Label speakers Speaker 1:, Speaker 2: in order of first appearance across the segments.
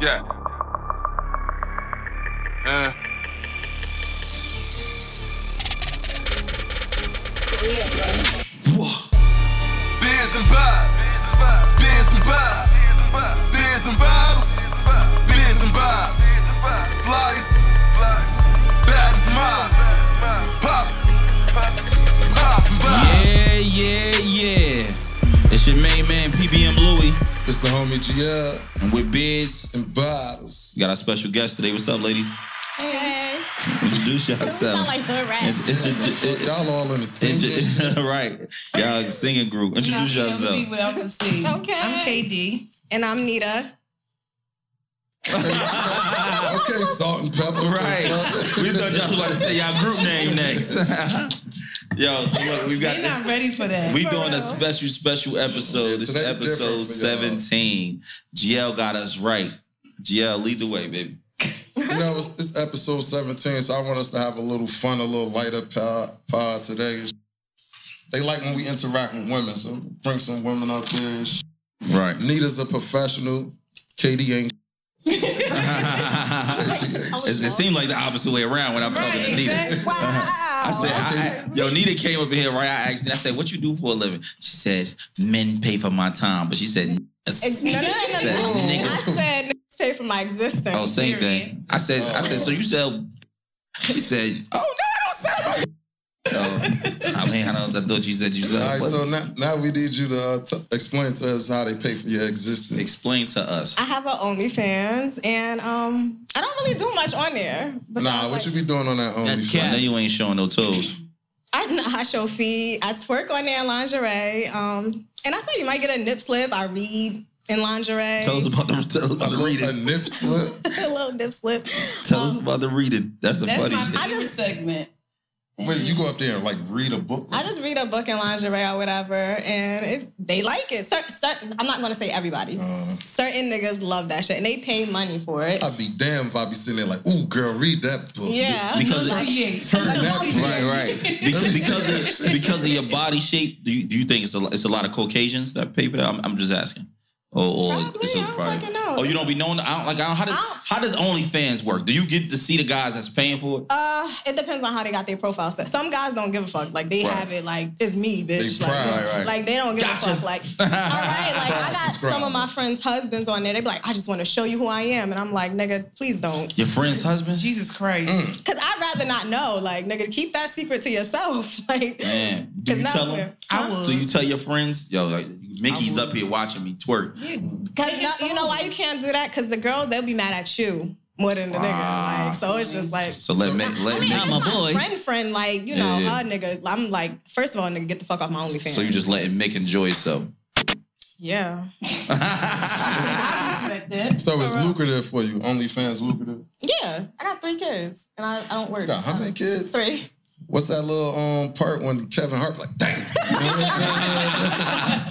Speaker 1: Yeah. Uh, bands and vibes. Bands and vibes. Bands and bottles. Bands and vibes. Flyers. Bad as mobs. Pop. Pop and vibes.
Speaker 2: Yeah, yeah, yeah. It's your main man, PBM Louie,
Speaker 3: It's the homie GL
Speaker 2: and with Bids.
Speaker 3: and Bottles.
Speaker 2: We got our special guest today. What's up, ladies?
Speaker 4: Hey,
Speaker 2: Introduce
Speaker 4: we sound
Speaker 2: yourself.
Speaker 4: like hood
Speaker 2: um, It's,
Speaker 4: rats.
Speaker 2: it's your,
Speaker 3: Fuck,
Speaker 2: it-
Speaker 3: y'all all in the same
Speaker 2: it's
Speaker 3: shit.
Speaker 2: your- right. Y'all singing group. Introduce
Speaker 5: Yeah, I'm
Speaker 2: yourself.
Speaker 5: Without the C.
Speaker 4: Okay.
Speaker 5: I'm KD.
Speaker 4: And I'm Nita.
Speaker 3: okay, salt and pepper. what the
Speaker 2: Right.
Speaker 3: fuck?
Speaker 2: We thought y'all was about to say y'all group name next. Yo, so look, we've got
Speaker 5: They're
Speaker 2: this.
Speaker 5: not ready for that.
Speaker 2: We
Speaker 4: For
Speaker 2: doing a
Speaker 4: real.
Speaker 2: special, special episode.
Speaker 3: Yeah,
Speaker 2: this is
Speaker 3: today
Speaker 2: episode
Speaker 3: different for y'all.
Speaker 2: 17. GL got us right. GL, lead the way, baby.
Speaker 3: You know, it's, it's episode 17, so I want us to have a little fun, a little lighter pod, pod today. They like when we interact with women, so bring some women up here. and shit.
Speaker 2: Right.
Speaker 3: Nita's a professional. KD ain't.
Speaker 2: it, it seemed like the opposite way around when I'm talking to
Speaker 5: Right,
Speaker 2: Nita. Uh-huh.
Speaker 5: exactly.
Speaker 4: Wow.
Speaker 2: I said, I, I, yo, Nita came up here, right? I asked her, I said, what you do for a living? She said, men pay for my time. But she said,
Speaker 4: Ex-
Speaker 2: niggas.
Speaker 4: no, no, no, no,
Speaker 2: She said,
Speaker 4: no. I
Speaker 2: niggas.
Speaker 4: said niggas pay for my existence.
Speaker 2: Oh, same
Speaker 5: period.
Speaker 2: thing. I said, I said, so you sell. She said, oh, no, I don't sell. No. I mean, I, don't, I thought you said you
Speaker 3: All
Speaker 2: sell.
Speaker 3: right,
Speaker 2: pussy.
Speaker 3: so now, now we need you to uh, t- explain to us how they pay for your existence.
Speaker 2: Explain to us.
Speaker 4: I have a OnlyFans, and um, I don't really do much on there.
Speaker 3: Nah, what you be doing on that
Speaker 6: That's
Speaker 3: OnlyFans?
Speaker 2: I know
Speaker 6: cat.
Speaker 2: you ain't showing no toes.
Speaker 4: I, nah, I show feet. I twerk on there in lingerie. Um, and I said you might get a nip slip. I read in lingerie.
Speaker 2: Tell us about the tell us
Speaker 3: A,
Speaker 2: about the
Speaker 3: little- a
Speaker 2: reading.
Speaker 3: nip slip?
Speaker 4: a little nip slip.
Speaker 2: Tell us
Speaker 4: Um,
Speaker 2: about the reading. That's the
Speaker 5: That's
Speaker 2: funny
Speaker 5: my
Speaker 2: shit.
Speaker 4: I
Speaker 5: favorite
Speaker 4: just-
Speaker 5: segment.
Speaker 3: Wait, you go up there and like read a book?
Speaker 4: I just read a book in lingerie or whatever, and it, they like it. Cer certain, I'm not going to say everybody.
Speaker 2: Oh.
Speaker 3: Uh,
Speaker 4: Certain niggas love that shit, and they pay money for it.
Speaker 2: Oh,
Speaker 3: I'd be damned if I'd be sitting there like, ooh, girl, read that book.
Speaker 4: yeah.
Speaker 2: because it-
Speaker 5: it's
Speaker 3: Turn that page.
Speaker 2: Right, right. Because because of, because of your body shape, do you, do you think it's a it's a lot of Caucasians that pay for that? I'm, I'm just asking. Or, or
Speaker 4: Probably,
Speaker 2: it's a,
Speaker 4: I don't fucking know.
Speaker 2: Oh, you don't be knowing. I don't like. I don't, how does
Speaker 4: I don't-
Speaker 2: how does OnlyFans work? Do you get to see the guys that's paying for it?
Speaker 4: Uh, it depends on how they got their profile set. Some guys don't give a fuck. Like they
Speaker 2: Right.
Speaker 4: have it. Like it's me, bitch.
Speaker 3: They
Speaker 4: like,
Speaker 3: proud,
Speaker 4: this-
Speaker 2: right.
Speaker 4: like, they don't give
Speaker 2: Gotcha.
Speaker 4: a fuck. Like all right, like I got
Speaker 3: Subscribe.
Speaker 4: some of my friends' husbands on there. They be like, I just want to show you who I am, and I'm like, nigga, please don't,
Speaker 2: Your friends' husbands.
Speaker 5: Jesus Christ.
Speaker 4: because I'd rather not know. Like nigga, keep that secret to yourself. Like,
Speaker 2: Man, do
Speaker 4: 'cause
Speaker 2: you
Speaker 4: that's
Speaker 2: tell
Speaker 4: where-
Speaker 2: them?
Speaker 4: Huh?
Speaker 5: I would.
Speaker 2: Do you tell your friends? Yo, like, Mickey's
Speaker 5: I would.
Speaker 2: up here watching me twerk.
Speaker 4: Cause no, you know why you can't do that? Cause the girls they'll be mad at you more than the
Speaker 2: Wow.
Speaker 4: nigga. Like so it's just like
Speaker 2: So let Mick let
Speaker 4: I mean,
Speaker 2: Mick.
Speaker 4: if
Speaker 6: Not
Speaker 4: it's
Speaker 6: my boy.
Speaker 4: friend, friend. Like you know,
Speaker 2: Yeah.
Speaker 4: her nigga. I'm like, first of all, nigga, get the fuck off my OnlyFans.
Speaker 2: So you just letting Mick enjoy himself.
Speaker 4: yeah,
Speaker 5: I respect that.
Speaker 3: So it's lucrative for you. OnlyFans lucrative.
Speaker 4: yeah. I got three kids and I, I don't work.
Speaker 3: You got how many kids?
Speaker 4: Three.
Speaker 3: What's that little um part when Kevin Hart like, damn.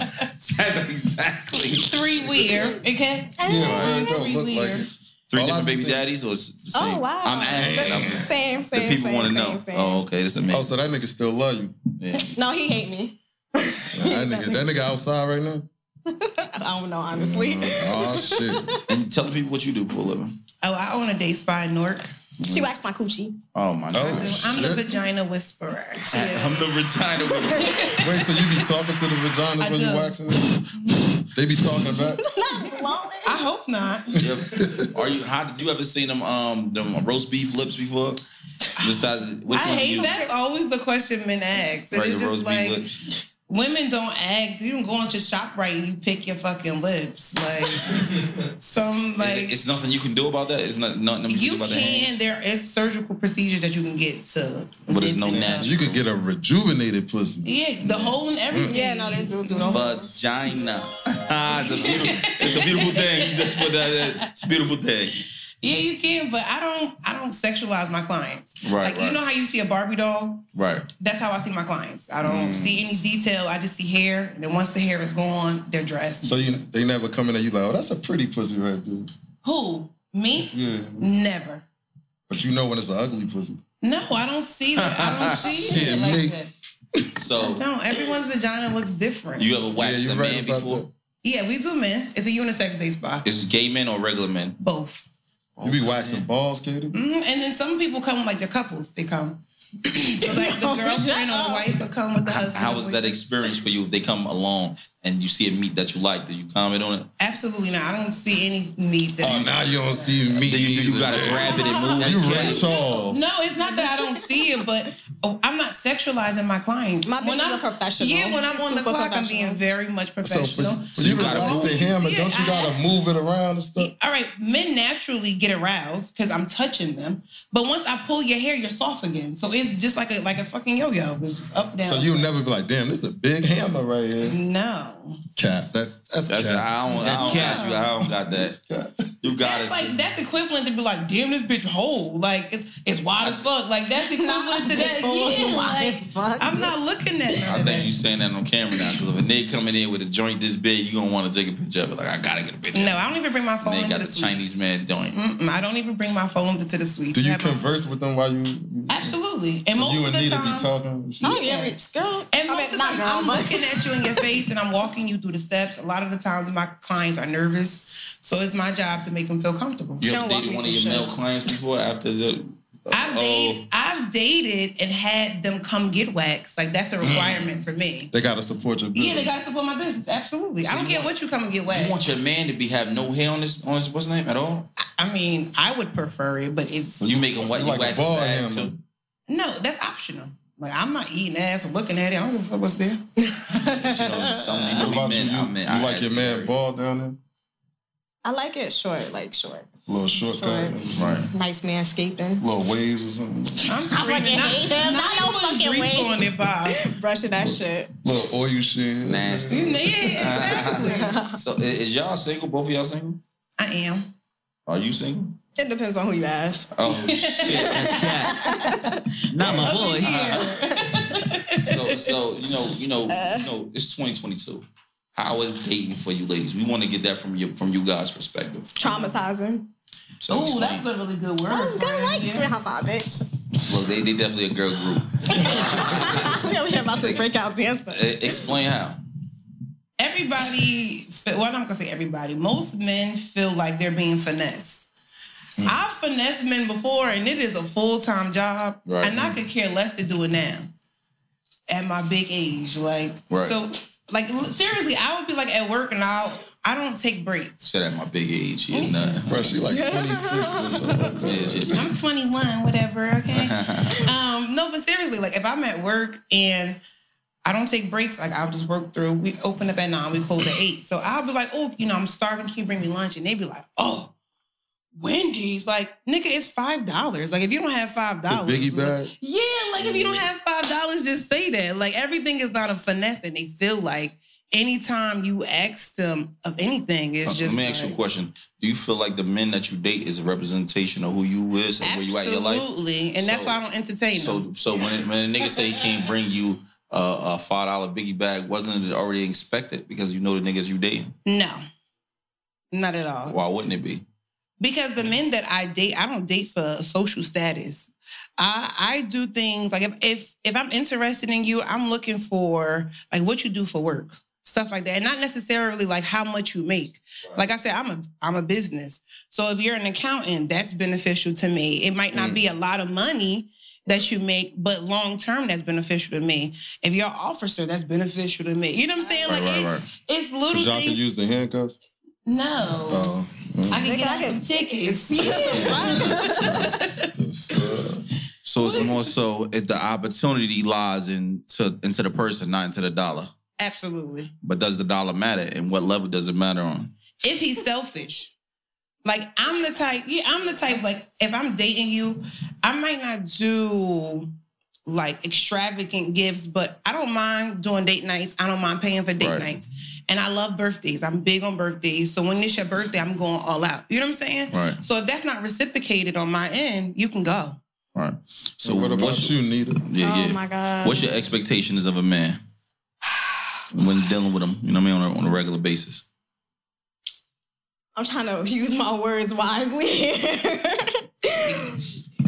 Speaker 2: That's exactly
Speaker 5: Three weird, okay?
Speaker 3: yeah, I don't look like it.
Speaker 2: three
Speaker 3: All
Speaker 2: different
Speaker 3: I've
Speaker 2: baby
Speaker 3: seen-
Speaker 2: daddies, or it's the same?
Speaker 4: Oh wow.
Speaker 2: I'm asking. I'm just-
Speaker 4: Same,
Speaker 2: the
Speaker 4: same.
Speaker 2: people
Speaker 4: same,
Speaker 2: want to
Speaker 4: same,
Speaker 2: know.
Speaker 4: same.
Speaker 2: Oh, okay, that's amazing.
Speaker 3: Oh, so that nigga still love you.
Speaker 2: yeah.
Speaker 4: No, he hate me.
Speaker 3: Nah, that, nigga, that nigga outside right now?
Speaker 4: I don't know honestly.
Speaker 3: Oh, shit.
Speaker 2: And tell the people what you do for a living.
Speaker 5: Oh, I own a day spa in Newark.
Speaker 4: She waxed my coochie.
Speaker 2: Oh my
Speaker 3: Oh,
Speaker 2: god.
Speaker 5: I'm the
Speaker 3: shit.
Speaker 5: vagina whisperer.
Speaker 2: I'm the vagina. with-
Speaker 3: Wait, so you be talking to the vaginas
Speaker 5: I
Speaker 3: when you
Speaker 5: do.
Speaker 3: waxing them? They be talking back?
Speaker 4: Not blowing.
Speaker 5: I hope not.
Speaker 2: Yep. Are you? How did you ever seen them? Um, them roast beef lips before? Besides, which
Speaker 5: I
Speaker 2: one do
Speaker 5: hate
Speaker 2: you?
Speaker 5: that's always the question men ask. And
Speaker 2: Right,
Speaker 5: it's
Speaker 2: the roast beef
Speaker 5: just like
Speaker 2: lips.
Speaker 5: women don't act. You don't go into shop right and you pick your fucking lips. Like some like
Speaker 2: Is it- it's nothing you can do about that. It's not nothing you
Speaker 5: you
Speaker 2: can do about the
Speaker 5: can.
Speaker 2: hands.
Speaker 5: There is surgical procedures that you can get to,
Speaker 2: But it's no
Speaker 5: Yeah,
Speaker 2: natural.
Speaker 3: You could get a rejuvenated pussy.
Speaker 5: Yeah, the hole and everything.
Speaker 4: Yeah, no, they do do the whole-
Speaker 2: Vagina. it's a beautiful. It's a beautiful thing. You just put that. in. It's a beautiful thing.
Speaker 5: Yeah, you can, but I don't. I don't sexualize my clients.
Speaker 2: Right,
Speaker 5: like
Speaker 2: right.
Speaker 5: you know how you see a Barbie doll.
Speaker 2: Right.
Speaker 5: That's how I see my clients. I don't
Speaker 2: Mm.
Speaker 5: see any detail. I just see hair, and then once the hair is gone, they're dressed.
Speaker 3: So you they never come in and you like, oh, that's a pretty pussy right there.
Speaker 5: Who? Me?
Speaker 3: Yeah.
Speaker 5: Never.
Speaker 3: But you know when it's an ugly pussy.
Speaker 5: No, I don't see that. I don't see
Speaker 3: Shit,
Speaker 5: it like
Speaker 3: me.
Speaker 5: that.
Speaker 2: So
Speaker 5: No, everyone's vagina looks different.
Speaker 2: you ever waxed
Speaker 3: yeah,
Speaker 2: a
Speaker 3: you're
Speaker 2: man
Speaker 3: right about
Speaker 2: before?
Speaker 3: that.
Speaker 5: Yeah, we do men. It's a unisex day spa.
Speaker 2: Is it gay men or regular men?
Speaker 5: Both.
Speaker 3: You be waxing balls, Katie?
Speaker 5: hmm And then some people come like the couples. They come. so like the girlfriend or wife would come with the husband.
Speaker 2: How was
Speaker 5: or
Speaker 2: that
Speaker 5: boyfriend.
Speaker 2: experience for you if they come along and you see a meat that you like? Do you comment on it?
Speaker 5: Absolutely not. I don't see any need that.
Speaker 3: Oh, now you don't see me.
Speaker 2: Do you, do you gotta
Speaker 3: either.
Speaker 2: grab it and move?
Speaker 3: You
Speaker 2: That's
Speaker 3: Ray
Speaker 2: cat.
Speaker 3: Charles.
Speaker 5: No, it's not that I don't see it, but oh, I'm not sexualizing my clients.
Speaker 4: My bitch is
Speaker 5: I'm
Speaker 4: a professional.
Speaker 5: Yeah, when I'm
Speaker 4: She's
Speaker 5: on the
Speaker 4: super
Speaker 5: clock, I'm
Speaker 4: professional.
Speaker 5: being very much
Speaker 3: So
Speaker 5: professional.
Speaker 3: for, for
Speaker 2: So
Speaker 3: you
Speaker 2: you
Speaker 3: to
Speaker 2: gotta
Speaker 3: bounce the
Speaker 5: move.
Speaker 3: hammer,
Speaker 5: Yeah,
Speaker 3: don't you
Speaker 5: I
Speaker 3: gotta
Speaker 5: have
Speaker 3: move it around and stuff?
Speaker 5: all right, men naturally get aroused because I'm touching them, but once I pull your hair, you're soft again. So it's just like a like a fucking yo-yo. It's just up down.
Speaker 3: So you'll never be like, damn, this is a big hammer right here.
Speaker 5: no.
Speaker 3: Cap. That's that's,
Speaker 2: That's
Speaker 3: cap.
Speaker 2: I don't. I
Speaker 7: That's
Speaker 2: don't
Speaker 7: cat.
Speaker 2: got you. I don't got that.
Speaker 3: Cap.
Speaker 2: You got
Speaker 5: That's like
Speaker 2: it.
Speaker 5: that's equivalent to be like, damn, this bitch whole. Like it's, it's wide as fuck. Like that's equivalent to that. Yeah, like, I'm not looking at
Speaker 2: I
Speaker 5: none of
Speaker 2: think you
Speaker 5: that.
Speaker 2: saying that on camera now because if a nigga coming in with a joint this big, you gonna want to take a picture of it. Like I gotta get a picture.
Speaker 5: No, I don't even bring my phone
Speaker 2: Nigga
Speaker 5: into
Speaker 2: got
Speaker 5: the
Speaker 2: the
Speaker 5: suite.
Speaker 2: Chinese man joint.
Speaker 5: Mm-mm, I don't even bring my phone into the suite.
Speaker 3: Do you
Speaker 5: Have my-
Speaker 3: converse with them while you?
Speaker 5: Absolutely. And
Speaker 3: So
Speaker 5: most
Speaker 3: you
Speaker 5: of
Speaker 3: and
Speaker 5: the
Speaker 3: Nita
Speaker 5: time,
Speaker 3: be talking.
Speaker 4: Oh yeah, it's girl.
Speaker 5: And
Speaker 4: I
Speaker 5: most
Speaker 4: mean,
Speaker 5: of the
Speaker 4: not
Speaker 5: time,
Speaker 4: girl,
Speaker 5: I'm
Speaker 4: but-
Speaker 5: looking at you in your face and I'm walking you through the steps. A lot of the times, my clients are nervous, so it's my job to make them feel comfortable.
Speaker 2: You
Speaker 4: Don't
Speaker 2: ever
Speaker 4: walk
Speaker 2: dated
Speaker 4: me
Speaker 2: one of
Speaker 4: through
Speaker 2: your
Speaker 4: shit.
Speaker 2: male clients before after the?
Speaker 5: I've,
Speaker 2: Oh,
Speaker 5: dated, I've dated and had them come get waxed. Like that's a
Speaker 2: Mm.
Speaker 5: requirement for me.
Speaker 3: They gotta support your
Speaker 5: Yeah,
Speaker 3: business.
Speaker 5: they gotta support my business. Absolutely. I don't care what you come and get
Speaker 2: You
Speaker 5: waxed.
Speaker 2: want your man to be have no hair on his on his what's his name at all?
Speaker 5: I mean, I would prefer it, but if
Speaker 2: You making white
Speaker 3: You
Speaker 2: you
Speaker 3: like a
Speaker 2: wax his
Speaker 3: ball
Speaker 2: ass
Speaker 3: handle.
Speaker 2: too.
Speaker 5: no, that's optional. Like I'm not eating ass or looking at it. I don't give a fuck what's there.
Speaker 2: You know, some
Speaker 3: What
Speaker 2: you know,
Speaker 3: about
Speaker 2: men,
Speaker 3: you?
Speaker 2: I
Speaker 3: You,
Speaker 2: mean,
Speaker 3: you
Speaker 2: I
Speaker 3: like
Speaker 2: ask
Speaker 3: your
Speaker 2: you
Speaker 3: man
Speaker 2: every-
Speaker 3: ball down there?
Speaker 4: I like it short, like short.
Speaker 3: little shortcut,
Speaker 2: Right.
Speaker 4: Nice manscaping.
Speaker 3: little waves or something,
Speaker 4: fucking
Speaker 5: I'm screaming.
Speaker 4: hate him. I don't
Speaker 5: even
Speaker 4: fucking
Speaker 5: grief
Speaker 4: wait.
Speaker 5: on it, Bob.
Speaker 4: Brushing that shit.
Speaker 3: little oil shit.
Speaker 2: Nasty.
Speaker 5: Yeah, exactly.
Speaker 2: So i- is y'all single? Both of y'all single?
Speaker 5: I am.
Speaker 2: Are you single?
Speaker 4: It depends on who you ask.
Speaker 2: Oh shit!
Speaker 7: That's cat. Not my boy.
Speaker 2: So so you know you know you know it's 2022. How is dating for you ladies? We want to get that from your from you guys' perspective.
Speaker 4: Traumatizing.
Speaker 2: So
Speaker 5: Oh,
Speaker 2: explain.
Speaker 5: that's a really good word.
Speaker 4: I was gonna
Speaker 5: friend.
Speaker 4: like
Speaker 5: Yeah.
Speaker 4: yeah. high five, bitch.
Speaker 2: Well, they they definitely a girl group.
Speaker 4: we over here about to break out dancing.
Speaker 2: E- explain how.
Speaker 5: Everybody, fe- well, I'm not gonna say everybody. Most men feel like they're being finessed.
Speaker 2: Hmm.
Speaker 5: I've finessed men before, and it is a full time job,
Speaker 2: Right.
Speaker 5: and I could care less to do it now. At my big age, like
Speaker 2: Right.
Speaker 5: so, like l- seriously, I would be like at work, and I'll I don't take breaks.
Speaker 2: Said at my big age, you know.
Speaker 3: Bro, she like 26 or something like that.
Speaker 2: Yeah,
Speaker 5: I'm 21, whatever. Okay.
Speaker 2: yeah.
Speaker 5: um, no, but seriously, like if I'm at work and I don't take breaks, like I'll just work through. We open up at nine, we close at eight. So I'll be like, oh, you know, I'm starving. Can you bring me lunch? And they be like, oh, Wendy's. Like, nigga, it's five dollars. Like if you don't have five dollars,
Speaker 3: The biggie bag.
Speaker 5: yeah, like if you don't have five dollars, just say that. Like everything is not a finesse, and they feel like anytime you ask them of anything, it's
Speaker 2: Uh, Let
Speaker 5: just.
Speaker 2: me ask you a
Speaker 5: like-
Speaker 2: question. Do you feel like the men that you date is a representation of who you is and where you at in your life?
Speaker 5: Absolutely, and that's
Speaker 2: So-
Speaker 5: why I don't entertain them.
Speaker 2: So, so when it, when a nigga say he can't bring you uh, a five dollar biggie bag, wasn't it already expected because you know the niggas you dating?
Speaker 5: No, not at all.
Speaker 2: Why wouldn't it be?
Speaker 5: Because the men that I date, I don't date for social status. I I do things like if if, if I'm interested in you, I'm looking for like what you do for work, stuff like that, and not necessarily like how much you make. Like I said, I'm a I'm a business. So if you're an accountant, that's beneficial to me. It might not be a lot of money that you make, but long term, that's beneficial to me. If you're an officer, that's beneficial to me. You know what I'm saying?
Speaker 2: Right,
Speaker 5: like
Speaker 2: right,
Speaker 5: it-
Speaker 2: right.
Speaker 5: it's little
Speaker 3: Cause y'all can
Speaker 5: things.
Speaker 3: use the handcuffs.
Speaker 5: no.
Speaker 3: Oh,
Speaker 5: I can
Speaker 4: Nigga,
Speaker 5: get
Speaker 4: I
Speaker 5: out
Speaker 4: can-
Speaker 5: some tickets.
Speaker 3: the fuck.
Speaker 2: So it's more so it, the opportunity lies into into the person, not into the dollar.
Speaker 5: Absolutely.
Speaker 2: But does the dollar matter, and what level does it matter on?
Speaker 5: if he's selfish. Like I'm the type, yeah, I'm the type. Like if I'm dating you, I might not do like extravagant gifts, but I don't mind doing date nights. I don't mind paying for date
Speaker 2: Right.
Speaker 5: nights, and I love birthdays. I'm big on birthdays, so when it's your birthday, I'm going all out. You know what I'm saying?
Speaker 2: Right,
Speaker 5: So if that's not reciprocated on my end, you can go.
Speaker 2: right. So
Speaker 3: what about
Speaker 2: what's-
Speaker 3: you, Nita?
Speaker 2: Yeah,
Speaker 4: oh
Speaker 2: yeah.
Speaker 4: my god.
Speaker 2: What's your expectations of a man when dealing with him? You know what I mean on a, on a regular basis.
Speaker 4: I'm trying to use my words wisely here.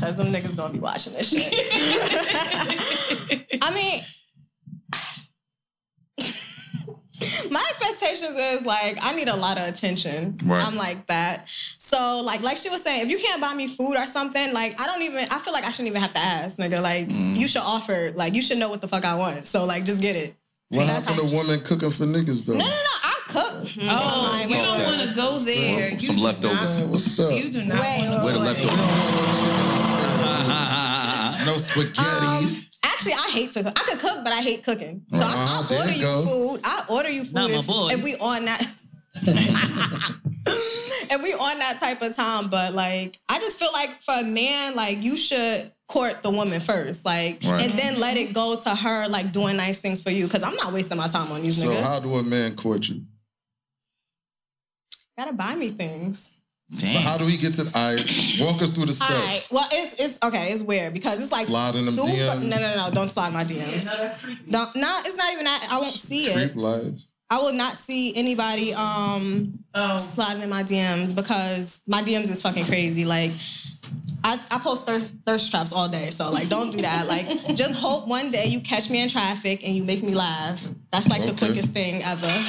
Speaker 4: Cause them niggas gonna be watching this shit. I mean, my situations is like I need a lot of attention.
Speaker 2: Right.
Speaker 4: I'm like that. So like like she was saying, if you can't buy me food or something, like I don't even I feel like I shouldn't even have to ask, nigga. Like
Speaker 2: Mm.
Speaker 4: you should offer, like you should know what the fuck I want. So like just get it.
Speaker 3: What
Speaker 4: That's
Speaker 3: happened to
Speaker 4: how-
Speaker 3: women cooking for niggas though?
Speaker 4: No, no, no. I cook.
Speaker 5: Oh,
Speaker 4: Mm,
Speaker 5: you
Speaker 4: I'm
Speaker 5: don't
Speaker 4: like,
Speaker 5: want to go there.
Speaker 2: Some
Speaker 5: You do
Speaker 2: leftovers.
Speaker 3: Man, what's up?
Speaker 5: not- You do not
Speaker 4: Wait,
Speaker 5: want to
Speaker 4: wait,
Speaker 5: go
Speaker 2: Where the
Speaker 3: We
Speaker 4: wait.
Speaker 3: don't
Speaker 2: leftovers?
Speaker 3: want no chicken
Speaker 2: Ah, ah, ah, ah, ah.
Speaker 3: No spaghetti.
Speaker 4: Um, actually, I hate to cook. I could cook, but I hate cooking. So
Speaker 3: Ah,
Speaker 4: I,
Speaker 3: there
Speaker 4: I'll order
Speaker 3: you
Speaker 4: you
Speaker 3: go.
Speaker 4: food. I will order you food
Speaker 8: Not my
Speaker 4: if,
Speaker 8: boy.
Speaker 4: if we on that. if we on that type of time, but like I just feel like for a man, like you should court the woman first, like,
Speaker 2: Right.
Speaker 4: and then let it go to her, like doing nice things for you. Because I'm not wasting my time on these
Speaker 3: So
Speaker 4: niggas.
Speaker 3: how do a man court you?
Speaker 4: Gotta buy me things.
Speaker 3: But
Speaker 2: Damn.
Speaker 3: how do he get to? I walk us through the
Speaker 4: All right.
Speaker 3: steps.
Speaker 4: Well, it's it's okay. It's weird because it's like
Speaker 3: Slide in them
Speaker 4: super-
Speaker 3: DMs.
Speaker 4: No, no, no! Don't slide my DMs. Don't, no, it's not even that. I won't see it.
Speaker 3: Creep life.
Speaker 4: I will not see anybody um
Speaker 5: Oh,
Speaker 4: sliding in my DMs because my DMs is fucking crazy. Like I, I post thirst, thirst traps all day, so like don't do that. Like just hope one day you catch me in traffic and you make me laugh. That's like the
Speaker 3: Okay.
Speaker 4: quickest thing ever.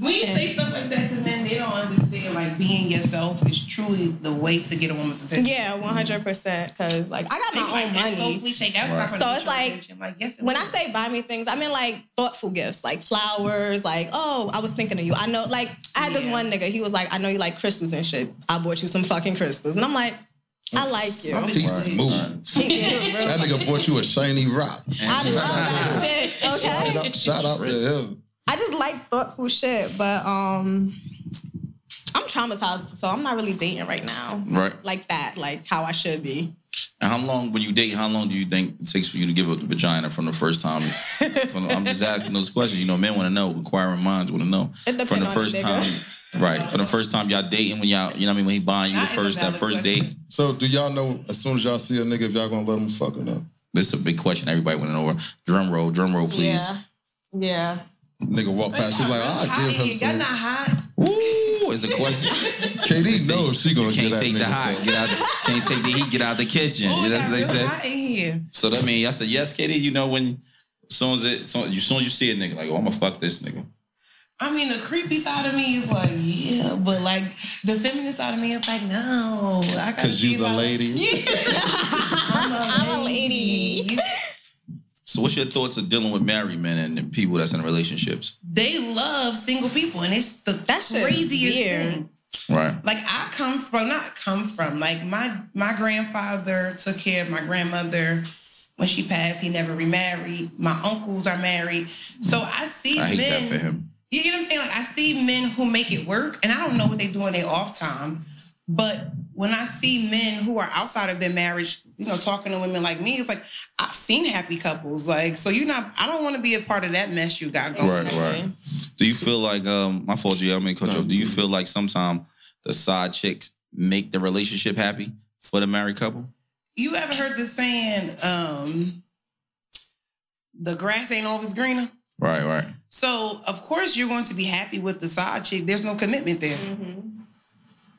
Speaker 5: when you say stuff like that to men, they don't understand. Like being yourself is truly the way to get a woman's attention.
Speaker 4: Yeah, one hundred percent. Because like I got
Speaker 5: They be
Speaker 4: my
Speaker 5: like,
Speaker 4: own
Speaker 5: that's
Speaker 4: money.
Speaker 5: So cliche. That's
Speaker 2: Right.
Speaker 5: not gonna
Speaker 4: So
Speaker 5: get
Speaker 4: it's
Speaker 5: your
Speaker 4: like,
Speaker 5: attention. like yes, it
Speaker 4: When I
Speaker 5: will.
Speaker 4: say buy me things, I mean like thoughtful gifts, like flowers, like, oh, I was thinking of you. I know, like, I had this
Speaker 5: Yeah.
Speaker 4: one nigga, he was like, I know you like crystals and shit. I bought you some fucking crystals. And I'm like, I like
Speaker 3: Some
Speaker 4: you.
Speaker 2: Right,
Speaker 3: people- smooth.
Speaker 2: right.
Speaker 4: He did it really
Speaker 3: That nigga bought you a shiny rock.
Speaker 4: I love that shit.
Speaker 3: Shout
Speaker 4: Okay.
Speaker 3: out, shout out to him.
Speaker 4: I just like thoughtful shit, but um I'm traumatized, so I'm not really dating right now.
Speaker 2: Right.
Speaker 4: Like that, like how I should be.
Speaker 2: And how long, when you date, how long do you think it takes for you to give up the vagina from the first time? From- I'm just asking those questions. You know, men want to know, inquiring minds want to know.
Speaker 4: It depends
Speaker 2: From the
Speaker 4: on
Speaker 2: first
Speaker 4: the
Speaker 2: time,
Speaker 4: nigga.
Speaker 2: right? From the first time y'all dating, when y'all, you know what I mean, when he buying you the
Speaker 5: That is a
Speaker 2: first, that
Speaker 5: valid
Speaker 2: first
Speaker 5: question.
Speaker 2: date.
Speaker 3: So do y'all know as soon as y'all see a nigga if y'all gonna let him fuck or not?
Speaker 2: This is a big question. Everybody went over. Drum roll, drum roll, please.
Speaker 4: Yeah.
Speaker 3: Nigga walk past you like "Oh, I give him
Speaker 5: Y'all
Speaker 3: some.
Speaker 5: not hot.
Speaker 2: Ooh, is the question.
Speaker 3: KD knows she gonna get
Speaker 2: Can't
Speaker 3: that
Speaker 2: take the
Speaker 3: nigga.
Speaker 2: hot.
Speaker 3: so-
Speaker 2: Get out. Can't take the heat. Get out the kitchen.
Speaker 5: Oh,
Speaker 2: Yeah, that's what
Speaker 5: y'all
Speaker 2: they
Speaker 5: real
Speaker 2: said.
Speaker 5: hot in here.
Speaker 2: So that means I said yes, Katie. You know when as soon as it, so, as soon as you see a nigga, like oh, I'm gonna fuck this nigga.
Speaker 5: I mean, the creepy side of me is like, yeah, but like the feminine side of me is like, no, I gotta
Speaker 3: Cause you's
Speaker 5: be
Speaker 3: a
Speaker 5: like-
Speaker 3: lady.
Speaker 5: I'm a lady.
Speaker 4: I'm a lady.
Speaker 5: You-
Speaker 2: So what's your thoughts of dealing with married men and, and people that's in relationships?
Speaker 5: They love single people, and it's the
Speaker 4: That shit is
Speaker 5: craziest
Speaker 4: weird.
Speaker 5: thing.
Speaker 2: Right.
Speaker 5: Like I come from, not come from. Like my my grandfather took care of my grandmother when she passed. He never remarried. My uncles are married, so I see
Speaker 2: I hate
Speaker 5: men.
Speaker 2: that for him.
Speaker 5: You get what I'm saying? Like I see men who make it work, and I don't know what they do in their off time, but when I see men who are outside of their marriage, you know, talking to women like me, it's like I've seen happy couples. Like, so you're not. I don't want to be a part of that mess you got going.
Speaker 2: Right, right. Do you feel like um my fault, G, I mean coach up, do you feel like sometimes the side chicks make the relationship happy for the married couple?
Speaker 5: You ever heard the saying, um, "The grass ain't always greener."
Speaker 2: Right, right.
Speaker 5: So of course you're going to be happy with the side chick. There's no commitment there.
Speaker 4: Mhm.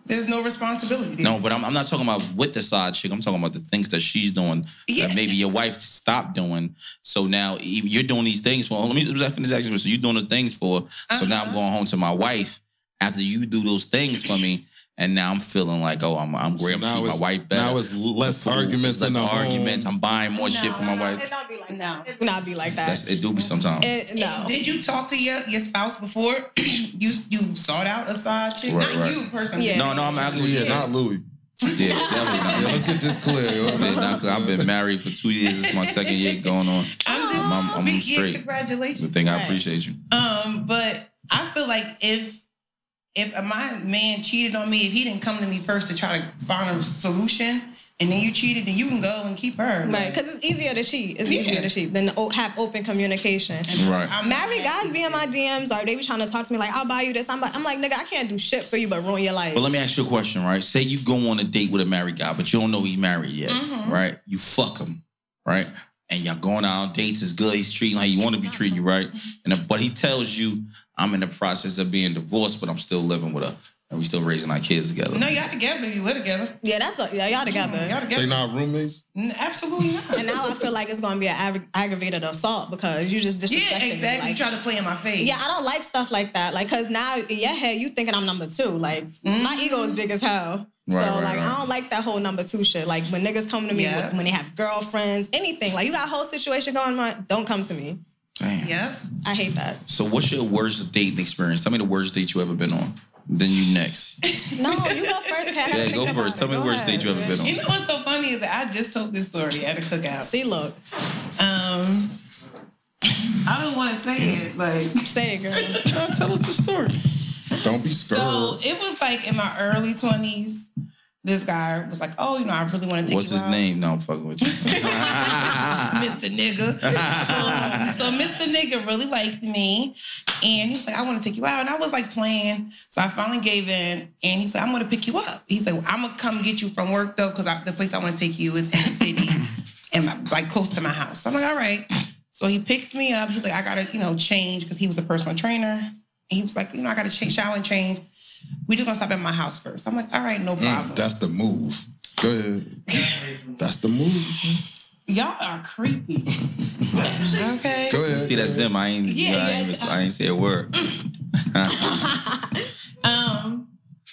Speaker 5: There's no responsibility. There.
Speaker 2: No, but I'm, I'm not talking about with the side chick. I'm talking about the things that she's doing
Speaker 5: Yeah.
Speaker 2: that maybe your wife stopped doing. So now e- you're doing these things for. Let me let me finish asking. you. So you're doing the things for. So now I'm
Speaker 5: Uh-huh.
Speaker 2: going home to my wife after you do those things for me, and now I'm feeling like oh I'm I'm
Speaker 3: So
Speaker 2: great. I'm treating my
Speaker 3: it's-
Speaker 2: wife better.
Speaker 3: now it's less
Speaker 2: Food,
Speaker 3: arguments
Speaker 2: less
Speaker 3: than um, a
Speaker 2: arguments.
Speaker 3: arguments.
Speaker 2: I'm buying more
Speaker 5: No,
Speaker 2: shit for my
Speaker 5: no,
Speaker 2: wife.
Speaker 4: It don't be like
Speaker 5: No.
Speaker 4: It do not be like that.
Speaker 2: That's, it do be sometimes.
Speaker 4: It- no.
Speaker 5: Did you talk to your, your spouse before you you sought out a side chick?
Speaker 2: Right,
Speaker 5: Not
Speaker 2: right.
Speaker 5: you personally.
Speaker 4: Yeah.
Speaker 2: No, no, I'm asking.
Speaker 3: Yeah,
Speaker 2: Yeah,
Speaker 3: not Louis.
Speaker 2: yeah, definitely not.
Speaker 3: Yeah, let's get this clear. yo.
Speaker 2: Yeah, not 'cause I've been married for two years. It's my second year going on.
Speaker 5: I'm just
Speaker 2: I'm, I'm
Speaker 5: big
Speaker 2: straight. The
Speaker 5: Congratulations.
Speaker 2: thing I
Speaker 4: Right.
Speaker 2: appreciate you.
Speaker 5: Um, but I feel like if if my man cheated on me, if he didn't come to me first to try to find a solution, and then you cheated, then you can go and keep her.
Speaker 4: Right, because it's easier to cheat. It's
Speaker 5: Yeah.
Speaker 4: easier to cheat than to o- have open communication.
Speaker 2: Right.
Speaker 5: I'm not
Speaker 4: Married
Speaker 5: happy.
Speaker 4: guys be in my DMs or they be trying to talk to me like, I'll buy you this. I'm, bu- I'm like, nigga, I can't do shit for you but ruin your life.
Speaker 2: But let me ask you a question, right? Say you go on a date with a married guy, but you don't know he's married yet,
Speaker 5: Mhm.
Speaker 2: right? You fuck him, right? And y'all going out on dates is good. He's treating you how you uh, want to be treating you, right? And but he tells you, I'm in the process of being divorced, but I'm still living with her. and we still raising our kids together.
Speaker 5: No, y'all together. You live together.
Speaker 4: Yeah, that's a, yeah, y'all together.
Speaker 5: Y'all
Speaker 3: They
Speaker 5: together.
Speaker 3: not roommates.
Speaker 5: N- Absolutely not.
Speaker 4: And now I feel like it's gonna be an aggra- aggravated assault because you just
Speaker 5: yeah,
Speaker 4: disrespecting me,
Speaker 5: exactly.
Speaker 4: like-
Speaker 5: Try to play in my face.
Speaker 4: yeah, I don't like stuff like that. Like, cause now in your head you thinking I'm number two. Like, my ego is big as hell.
Speaker 2: Right,
Speaker 4: so
Speaker 2: right,
Speaker 4: like,
Speaker 2: right.
Speaker 4: I don't like that whole number two shit. Like when niggas come to me
Speaker 5: Yeah.
Speaker 4: when they have girlfriends, anything. Like you got a whole situation going on. Don't come to me.
Speaker 2: Damn.
Speaker 5: Yeah.
Speaker 4: I hate that.
Speaker 2: So what's your worst dating experience? Tell me the worst date you ever been on. Then you next.
Speaker 4: No, you go first. Kat. I
Speaker 2: Yeah,
Speaker 4: gotta
Speaker 2: go
Speaker 4: think about
Speaker 2: first.
Speaker 4: it.
Speaker 2: Tell me the
Speaker 4: Go
Speaker 2: worst
Speaker 4: ahead.
Speaker 2: date you ever been
Speaker 5: You
Speaker 2: on.
Speaker 5: know what's so funny is that I just told this story at a cookout.
Speaker 4: See, look,
Speaker 5: Um, I don't want to say it, like.
Speaker 4: say it, girl.
Speaker 2: Nah, Tell us the story.
Speaker 3: Don't be scared.
Speaker 5: So it was like in my early twenties. This guy was like, "Oh, you know, I really want to take
Speaker 2: What's
Speaker 5: you
Speaker 2: his
Speaker 5: out."
Speaker 2: name? No, I'm fucking with
Speaker 3: Uh-uh.
Speaker 2: you.
Speaker 5: Mr. Nigga. Um, so Mr. Nigga really liked me. And he was like, I want to take you out. And I was like playing. So I finally gave in. And he said, I'm going to pick you up. He's like, I'm going to come get you from work though, because the place I want to take you is in the city and my, like close to my house. So I'm like, all right. So he picks me up. He's like, I got to, you know, change because he was a personal trainer. And he was like, you know, I got to change, shower and change. We just going to stop at my house first. I'm like, all right, no problem.
Speaker 3: Mm, that's the move. Go ahead. That's the move.
Speaker 5: Y'all are creepy. okay.
Speaker 3: Go ahead.
Speaker 2: See, that's them. I ain't.
Speaker 5: Yeah,
Speaker 2: I, ain't
Speaker 5: yeah.
Speaker 2: even- I ain't say a word.
Speaker 5: Um,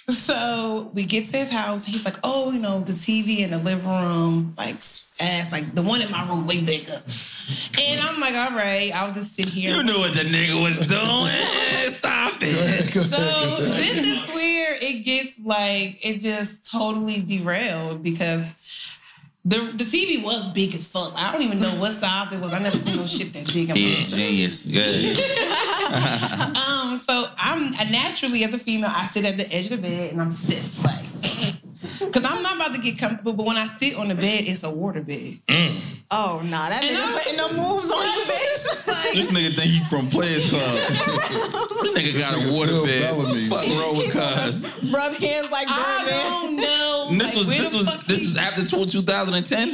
Speaker 5: so we get to his house. He's like, oh, you know, the TV in the living room, like ass, like the one in my room, way bigger. And I'm like, all right, I'll just sit here.
Speaker 2: knew what the nigga was doing. Stop
Speaker 3: Go ahead. Go
Speaker 5: so
Speaker 3: ahead. Go ahead.
Speaker 5: this is where it gets like it just totally derailed because the the TV was big as fuck. I don't even know what size it was. I never seen no shit that big. in my
Speaker 2: Yeah, genius. Good.
Speaker 5: Um, so I'm I naturally as a female, I sit at the edge of the bed and I'm stiff, like, because I'm not about to get comfortable. But when I sit on the bed, it's a water bed.
Speaker 4: Oh no, nah, that
Speaker 5: And
Speaker 4: nigga
Speaker 5: I'm-
Speaker 4: putting no moves on you, bitch.
Speaker 2: This nigga think he from Players Club. this nigga got a
Speaker 3: Nigga Bill Bellamy.
Speaker 2: waterbed. Fuck wrong with cuz.
Speaker 4: Rub hands like
Speaker 5: I
Speaker 4: Birdman.
Speaker 5: don't know.
Speaker 2: And this
Speaker 5: like,
Speaker 2: was
Speaker 5: where
Speaker 2: this
Speaker 5: the
Speaker 2: was
Speaker 5: fuck
Speaker 2: this
Speaker 5: you-
Speaker 2: was after 2010.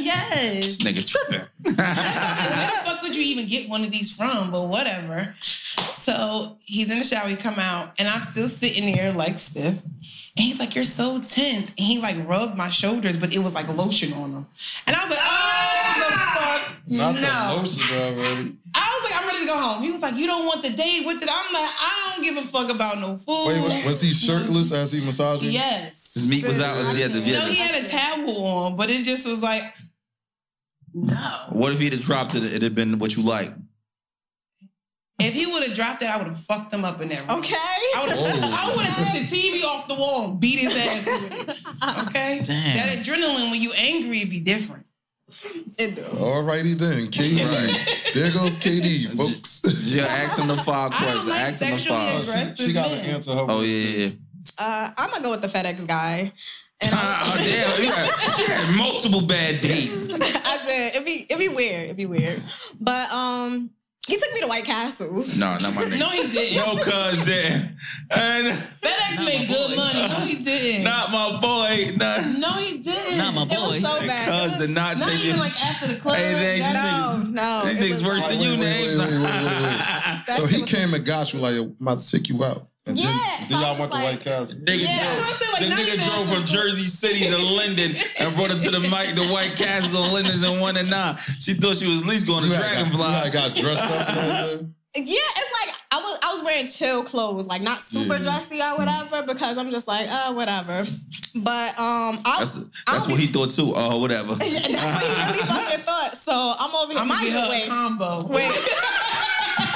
Speaker 2: This
Speaker 5: yes.
Speaker 2: nigga tripping.
Speaker 5: Where the fuck would you even get one of these from? But whatever. So he's in the shower, he come out, and I'm still sitting there like stiff. And he's like, You're so tense. And he like rubbed my shoulders, but it was like lotion on them. And I was like, Oh the fuck.
Speaker 3: Not the
Speaker 5: no.
Speaker 3: lotion already.
Speaker 5: I was like, I'm ready to go home. He was like, You don't want the date with it. I'm like, I don't give a fuck about no food.
Speaker 3: Wait, wa- was he shirtless as he massaged you?
Speaker 5: Yes.
Speaker 2: His meat was out. Was he at the
Speaker 5: No, he
Speaker 2: yeah.
Speaker 5: had a towel on, but it just was like, No.
Speaker 2: What if he'd have dropped it? It'd have been what you like.
Speaker 5: If he would have dropped it, I would have fucked him up in that room.
Speaker 4: Okay.
Speaker 5: I would have
Speaker 3: Oh.
Speaker 5: I would have put the TV off the wall and beat his ass with it. Okay?
Speaker 2: Damn.
Speaker 5: That adrenaline when you angry it be different.
Speaker 4: It do.
Speaker 3: Alrighty then, KD. There goes KD, folks.
Speaker 2: Yeah, ask him the five
Speaker 5: I don't
Speaker 2: questions.
Speaker 5: like
Speaker 2: ask him the
Speaker 5: sexually
Speaker 2: five.
Speaker 5: aggressive.
Speaker 3: she she got to
Speaker 5: man.
Speaker 3: answer her.
Speaker 2: Oh yeah, yeah.
Speaker 4: Uh, I'm gonna go with the FedEx guy. And
Speaker 2: oh
Speaker 4: I,
Speaker 2: damn, you had, she had multiple bad dates.
Speaker 4: I did. It'd be it'd be weird. It'd be weird. But um, he took me to White Castle.
Speaker 2: No, not my nigga.
Speaker 5: No, he didn't.
Speaker 2: No, cuz damn. And
Speaker 5: FedEx
Speaker 9: Not my
Speaker 5: made
Speaker 9: boy.
Speaker 5: good money. No, he didn't.
Speaker 2: not my boy. Nah.
Speaker 5: no, he didn't.
Speaker 9: Not my
Speaker 4: It was
Speaker 9: boy.
Speaker 4: so bad. It
Speaker 2: Cuz
Speaker 4: was-
Speaker 2: did not,
Speaker 5: Not
Speaker 2: take it.
Speaker 5: even like after the club.
Speaker 2: Hey, they
Speaker 5: That-
Speaker 2: just-
Speaker 4: no, no.
Speaker 2: This
Speaker 4: it was
Speaker 2: nigga's worse
Speaker 4: like-
Speaker 2: than you,
Speaker 3: Wait, wait, wait, wait, wait,
Speaker 2: nigga.
Speaker 4: that
Speaker 3: So
Speaker 4: shit
Speaker 3: he
Speaker 4: was-
Speaker 3: came and got you like I'm about to take you out. And then-
Speaker 4: Yeah,
Speaker 3: then,
Speaker 4: so I
Speaker 3: y'all
Speaker 4: was
Speaker 3: went
Speaker 4: like-
Speaker 3: to White Castle.
Speaker 2: Nigga
Speaker 4: Yeah.
Speaker 2: drove,
Speaker 5: So I feel like
Speaker 2: the
Speaker 5: not
Speaker 2: nigga
Speaker 5: even
Speaker 2: drove
Speaker 5: after
Speaker 2: from
Speaker 5: the-
Speaker 2: Jersey City to London and brought her to the mic, the White Castle on Linden's and one and nine. She thought she was at least going to
Speaker 3: You had got-
Speaker 2: Dragonfly.
Speaker 3: you had got dressed up that day.
Speaker 4: Yeah, it's like I was I was wearing chill clothes, like not super
Speaker 2: Mm.
Speaker 3: Yeah.
Speaker 4: dressy or whatever, because I'm just like, uh, whatever. But um, I
Speaker 2: that's that's what he thought too. Oh, whatever.
Speaker 4: Yeah, that's what he really fucking thought. So I'm over here.
Speaker 5: I'm
Speaker 4: Mind
Speaker 5: gonna
Speaker 4: you,
Speaker 5: get her a
Speaker 4: wait,
Speaker 5: combo.
Speaker 4: wait.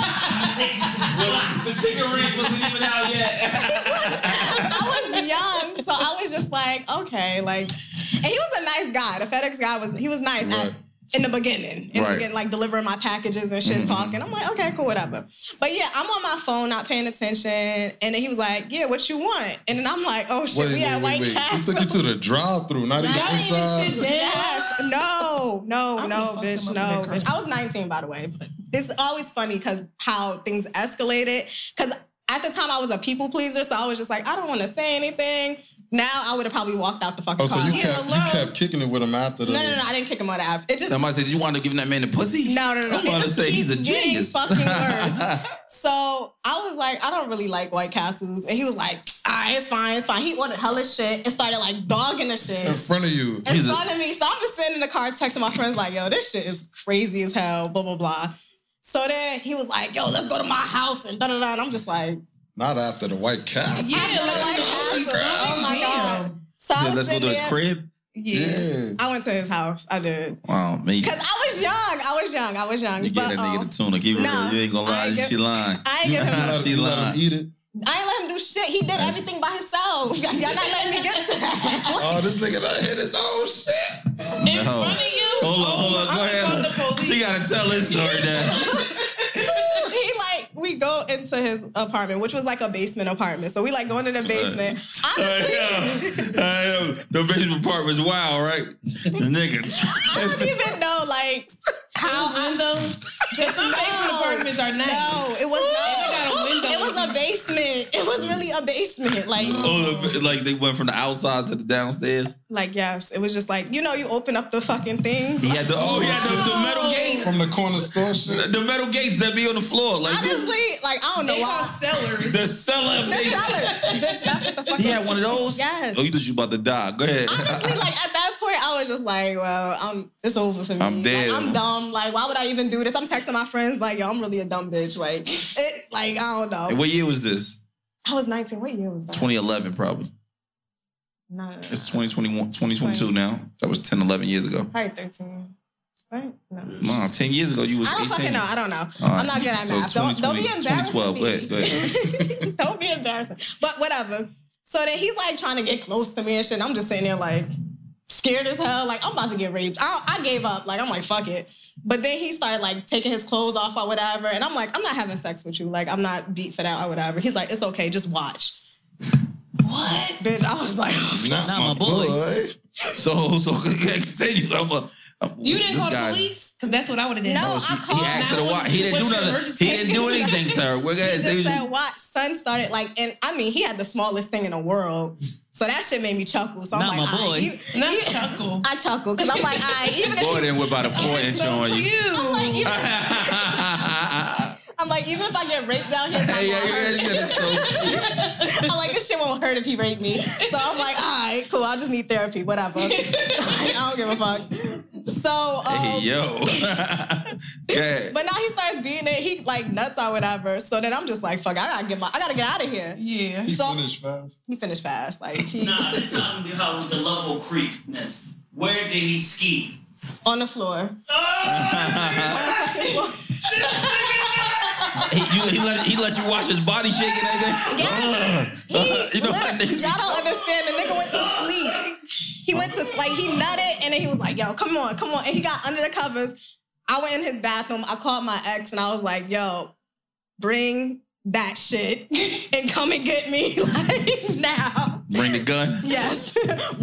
Speaker 2: the chicken ring wasn't even out yet.
Speaker 4: I was young, so I was just like, okay, like, and he was a nice guy. The FedEx guy was he was nice at-
Speaker 3: Right. Mm-hmm.
Speaker 4: in the beginning, in
Speaker 2: Right.
Speaker 4: the beginning, like delivering my packages and shit, talking. I'm like, okay, cool, whatever. But yeah, I'm on my phone, not paying attention, and then he was like, yeah, what you want? And then I'm like, oh shit,
Speaker 3: Wait,
Speaker 4: we
Speaker 3: wait,
Speaker 4: at
Speaker 3: wait,
Speaker 4: White
Speaker 3: wait. He
Speaker 4: Castle.
Speaker 3: took you to the drive-through, not even
Speaker 5: Y'all didn't even sit
Speaker 3: inside.
Speaker 5: down.
Speaker 4: Yes. No, no,
Speaker 5: I'm
Speaker 4: no,
Speaker 5: gonna fuck
Speaker 4: bitch,
Speaker 5: him up
Speaker 4: no,
Speaker 5: with that
Speaker 4: bitch. I was 19, by the way. But it's always funny because how things escalated. Because at the time I was a people pleaser, so I was just like, I don't want to say anything. Now I would have probably walked out the fucking
Speaker 3: Oh, so
Speaker 4: car.
Speaker 3: you
Speaker 5: Yeah,
Speaker 3: kept you
Speaker 5: alone.
Speaker 3: kept kicking it with him after the.
Speaker 4: no, no, no, I didn't kick him on the app. It just
Speaker 2: Somebody said, "You wind up giving that man the pussy?"
Speaker 4: no, no, no.
Speaker 2: I'm
Speaker 4: It
Speaker 2: about to
Speaker 4: just
Speaker 2: say he's a
Speaker 4: keeps getting
Speaker 2: genius.
Speaker 4: Fucking worse. So I was like, I don't really like White Castles, and he was like, all right, it's fine, it's fine. He ordered hella shit and started like dogging the
Speaker 3: in
Speaker 4: shit
Speaker 3: front of you.
Speaker 4: in
Speaker 2: He's a-
Speaker 4: front of me. So I'm just sitting in the car texting my friends like, yo, this shit is crazy as hell, blah, blah, blah. So then he was like, yo, let's go to my house and da da da. And I'm just like,
Speaker 3: Not after the White Castle.
Speaker 5: Yeah,
Speaker 4: I didn't
Speaker 5: like,
Speaker 4: like
Speaker 5: holy
Speaker 4: that. Oh my
Speaker 5: crap.
Speaker 4: God. So I
Speaker 2: Yeah, let's
Speaker 4: was
Speaker 2: go
Speaker 4: sitting
Speaker 2: to his
Speaker 4: there-
Speaker 2: crib.
Speaker 5: Yeah.
Speaker 3: Yeah.
Speaker 4: I went to his house. I did.
Speaker 2: Wow, man, you,
Speaker 4: Cause I was young. I was young. I was young.
Speaker 2: you gave
Speaker 4: but
Speaker 2: that nigga
Speaker 4: um,
Speaker 2: the tuna. Keep it
Speaker 4: nah,
Speaker 2: real. You ain't gonna
Speaker 4: I
Speaker 2: lie.
Speaker 4: ain't
Speaker 2: she
Speaker 4: give-
Speaker 2: lying.
Speaker 4: I
Speaker 3: You
Speaker 4: ain't give him.
Speaker 3: let him-
Speaker 2: She
Speaker 3: you let him
Speaker 2: lying.
Speaker 3: eat it.
Speaker 4: I ain't let him do shit. He did everything by himself. Y'all not letting me get to that.
Speaker 3: Oh, this nigga done hit his own shit.
Speaker 5: In front of you.
Speaker 2: Hold on,
Speaker 5: Oh,
Speaker 2: hold on. Go
Speaker 5: I'm gonna
Speaker 2: ahead.
Speaker 5: call the police.
Speaker 2: She gotta tell this story now.
Speaker 4: he like we go into his apartment, which was like a basement apartment. So we like going to the basement. Honestly,
Speaker 2: I am. The basement part was wild, right? The
Speaker 4: I
Speaker 2: nigga.
Speaker 4: don't even know like how I
Speaker 5: windows. Because some basement
Speaker 4: No.
Speaker 5: apartments are nice.
Speaker 4: no, it was
Speaker 5: got a
Speaker 4: no.
Speaker 5: window.
Speaker 4: It was a basement. It was really a basement. Like
Speaker 2: Oh, the- like they went from the outside to the downstairs.
Speaker 4: like yes, it was just like you know you open up the fucking things.
Speaker 2: He had the oh, he had the, the metal gates,
Speaker 3: From the corner store shit.
Speaker 2: the metal gates that be on the floor. Like
Speaker 4: Honestly, like I don't know
Speaker 5: They call
Speaker 4: why.
Speaker 5: cellars.
Speaker 2: the cellar.
Speaker 4: The
Speaker 2: gate.
Speaker 4: cellar, bitch. That's what the fuck.
Speaker 2: He had one of those.
Speaker 4: Yes.
Speaker 2: Oh, you thought you about to die? Go ahead.
Speaker 4: Honestly, like at that point, I was just like, "Well, I'm it's over for me.
Speaker 2: I'm dead.
Speaker 4: Like, I'm dumb. Like, why would I even do this? I'm texting my friends like, yo, I'm really a dumb bitch. Like, it, like I don't know.
Speaker 2: And what year was this?
Speaker 4: I was 19. What year was that?
Speaker 2: 2011, probably.
Speaker 4: No, no, no.
Speaker 2: It's 2021, 2022 now. That was 10, 11 years ago.
Speaker 4: probably 13. Right? No. I
Speaker 2: Nah, 10 years ago you was
Speaker 4: don't
Speaker 2: 18.
Speaker 4: fucking know. I don't know.
Speaker 2: All right.
Speaker 4: I'm not good at
Speaker 2: So
Speaker 4: math. Don't, don't be
Speaker 2: 2020
Speaker 4: embarrassing
Speaker 2: 2012.
Speaker 4: me.
Speaker 2: Go ahead, go
Speaker 4: don't be embarrassing. But whatever. So then he's like trying to get close to me and shit. and I'm just sitting there like scared as hell. Like I'm about to get raped. I, I gave up. Like I'm like fuck it. But then he started like taking his clothes off or whatever. And I'm like I'm not having sex with you. Like I'm not beat for that or whatever. He's like it's okay. Just watch.
Speaker 5: What?
Speaker 4: Bitch, I was like, oh,
Speaker 2: Not, Not my, my boy. So, so continue. I'm a, I'm,
Speaker 5: You didn't
Speaker 2: this
Speaker 5: call
Speaker 2: guy- Oh,
Speaker 5: the police? Because that's what I would have done.
Speaker 4: No, I called.
Speaker 2: He asked her to
Speaker 5: Now
Speaker 2: watch.
Speaker 5: it's-
Speaker 2: He didn't do
Speaker 5: what's your
Speaker 2: nothing.
Speaker 5: emergency?
Speaker 2: He didn't do anything to her. We're
Speaker 4: He
Speaker 2: gonna
Speaker 4: just
Speaker 2: say
Speaker 4: said, "Watch." Son started like, and I mean, he had the smallest thing in the world, so that shit made me chuckle. So I'm
Speaker 2: Not
Speaker 4: like,
Speaker 2: my
Speaker 4: "All
Speaker 2: boy."
Speaker 4: right, you-
Speaker 5: Not
Speaker 4: you-
Speaker 5: chuckle.
Speaker 4: I chuckle because I'm like, "I even if
Speaker 2: boy
Speaker 4: you,
Speaker 2: didn't whip out a four inch on you.
Speaker 4: I'm like, even, I'm like, even if I get raped down here, it's not
Speaker 2: Hey, yeah,
Speaker 4: gonna
Speaker 2: you
Speaker 4: hurt.
Speaker 2: guys get so cute.
Speaker 4: I'm like, this shit won't hurt if he raped me. So I'm like, all right, cool. I just need therapy, whatever. I don't give a fuck. So, um,
Speaker 2: Hey yo. yeah.
Speaker 4: but now he starts being it. He like nuts or whatever. So then I'm just like, fuck, I gotta get my, I gotta get out of here.
Speaker 5: Yeah.
Speaker 3: He
Speaker 4: So-
Speaker 3: finished fast.
Speaker 4: He finished fast, like he
Speaker 10: Nah, it's something about the level creepness. Where did he ski?
Speaker 4: on the floor.
Speaker 2: He, you, he, let, he let you watch his body shaking that day.
Speaker 4: He,
Speaker 2: You know what I
Speaker 4: look,
Speaker 2: mean?
Speaker 4: y'all don't understand. The nigga went to sleep. He went to like he nutted, and then he was like, "Yo, come on, come on!" And he got under the covers. I went in his bathroom. I called my ex, and I was like, "Yo, bring that shit and come and get me like now."
Speaker 2: Bring the gun.
Speaker 4: Yes,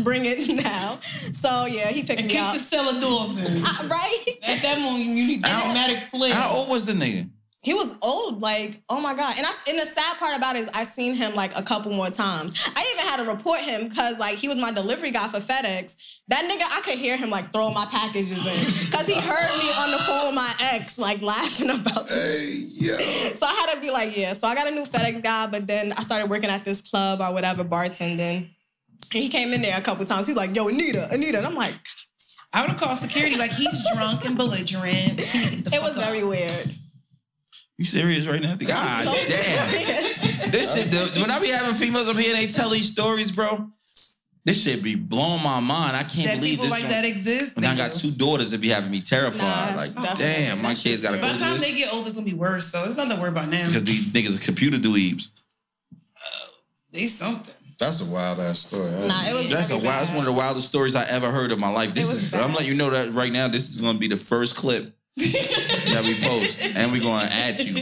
Speaker 4: bring it now. So yeah, he picked
Speaker 5: And
Speaker 4: me
Speaker 5: kick
Speaker 4: up.
Speaker 5: the cellar doors in.
Speaker 4: I- right?
Speaker 5: At that moment, you need
Speaker 2: How-
Speaker 5: dramatic flair.
Speaker 2: How old was the nigga?
Speaker 4: He was old, like oh my god. And I and the sad part about it is I seen him like a couple more times. I even had to report him because like he was my delivery guy for FedEx. That nigga, I could hear him like throwing my packages in because he heard me on the phone with my ex like laughing about it.
Speaker 3: Hey, yo.
Speaker 4: So I had to be like, yeah. So I got a new FedEx guy, but then I started working at this club or whatever, bartending. And he came in there a couple times. He's like, yo, Anita, Anita. And I'm like,
Speaker 5: I would have called security like he's drunk and belligerent.
Speaker 4: it was very weird.
Speaker 2: You serious right now? God
Speaker 4: So
Speaker 2: damn.
Speaker 4: serious.
Speaker 2: This shit, the, when I be having females up here and they tell these stories, bro, this shit be blowing my mind. I can't
Speaker 5: that
Speaker 2: believe
Speaker 5: people
Speaker 2: this.
Speaker 5: like
Speaker 2: joint-
Speaker 5: that exist.
Speaker 2: and I
Speaker 5: They
Speaker 2: got
Speaker 5: do.
Speaker 2: two daughters that be having me terrified.
Speaker 4: Nah,
Speaker 2: like,
Speaker 4: definitely.
Speaker 2: damn, my kids gotta go
Speaker 5: By the
Speaker 2: through
Speaker 5: time they
Speaker 2: this
Speaker 5: get older, it's gonna be worse. So it's nothing to worry about now.
Speaker 2: because these niggas are computer dweebs.
Speaker 5: They something.
Speaker 3: That's a wild ass story. huh?
Speaker 4: Nah, it was
Speaker 2: That's a
Speaker 4: very
Speaker 2: wild. That's
Speaker 4: bad.
Speaker 2: one of the wildest stories I ever heard in my life. This
Speaker 4: It was
Speaker 2: is.
Speaker 4: bad.
Speaker 2: I'm letting you know that right now. This is gonna be the first clip that we post, and we're gonna add you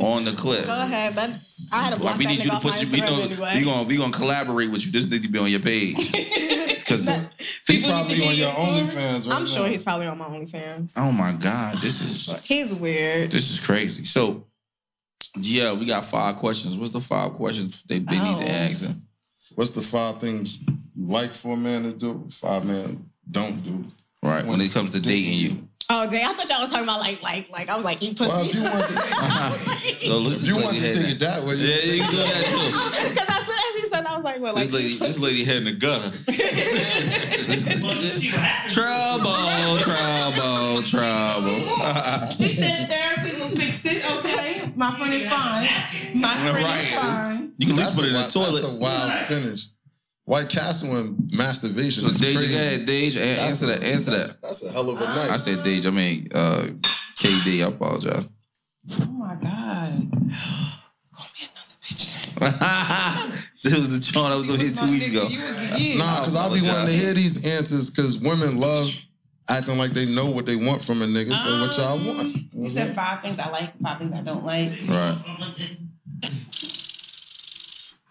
Speaker 2: on the clip.
Speaker 4: Go ahead. That, I had to block
Speaker 2: Like we
Speaker 4: that
Speaker 2: need you
Speaker 4: nigga
Speaker 2: to
Speaker 4: off my
Speaker 2: put you. We
Speaker 4: Instagram
Speaker 2: know
Speaker 4: anyway.
Speaker 2: we gonna we gonna collaborate with you. This need to be on your page because.
Speaker 3: He
Speaker 5: People need to
Speaker 3: probably
Speaker 5: hear
Speaker 3: on your
Speaker 5: your story.
Speaker 3: OnlyFans right
Speaker 4: I'm sure
Speaker 3: now.
Speaker 4: he's probably on my OnlyFans.
Speaker 2: Oh my god, this is
Speaker 4: He's weird.
Speaker 2: this is crazy. So, yeah, we got five questions. What's the five questions they, they need
Speaker 4: Oh.
Speaker 2: to ask him?
Speaker 3: What's the five things you like for a man to do? Five men don't do.
Speaker 2: Right when it comes to dating you.
Speaker 4: Oh dang, I thought y'all was talking about like like like I was like eat
Speaker 3: Well, if
Speaker 4: pussy.
Speaker 3: you want to,
Speaker 2: So let's
Speaker 3: if you
Speaker 2: just
Speaker 3: want to
Speaker 2: let
Speaker 3: take
Speaker 2: it
Speaker 3: it that way, you
Speaker 2: Yeah,
Speaker 3: can
Speaker 2: you
Speaker 3: take
Speaker 2: can do
Speaker 3: it.
Speaker 2: that too.
Speaker 4: Because Oh, as soon as he said nobody want like
Speaker 2: This lady, this lady head in the gutter.
Speaker 10: Well, you see what happens.
Speaker 2: trouble, trouble, trouble.
Speaker 5: She said therapy will fix it. Okay, my friend is fine. My friend is
Speaker 2: Right.
Speaker 5: fine.
Speaker 2: You can at least
Speaker 3: That's
Speaker 2: put it in
Speaker 3: a
Speaker 2: the
Speaker 3: wild- That's a
Speaker 2: toilet.
Speaker 3: wild finish. White Castle and masturbation.
Speaker 2: So
Speaker 3: is
Speaker 2: Deja,
Speaker 3: crazy.
Speaker 2: go ahead, Deja, an-
Speaker 3: That's
Speaker 2: answer
Speaker 3: a-
Speaker 2: that, answer that.
Speaker 3: That's a hell of a night.
Speaker 2: I said Deja, I mean uh, KD. I apologize.
Speaker 5: Oh my god.
Speaker 2: this was the joint I was on here two weeks ago.
Speaker 3: Nah, because I'll be
Speaker 2: Apologize.
Speaker 3: wanting to hear these answers because women love acting like they know what they want from a nigga. So what y'all
Speaker 5: Um,
Speaker 3: want? Mm-hmm.
Speaker 5: You said
Speaker 2: Mm-hmm.
Speaker 5: five things I like, five things I don't like.
Speaker 2: Right.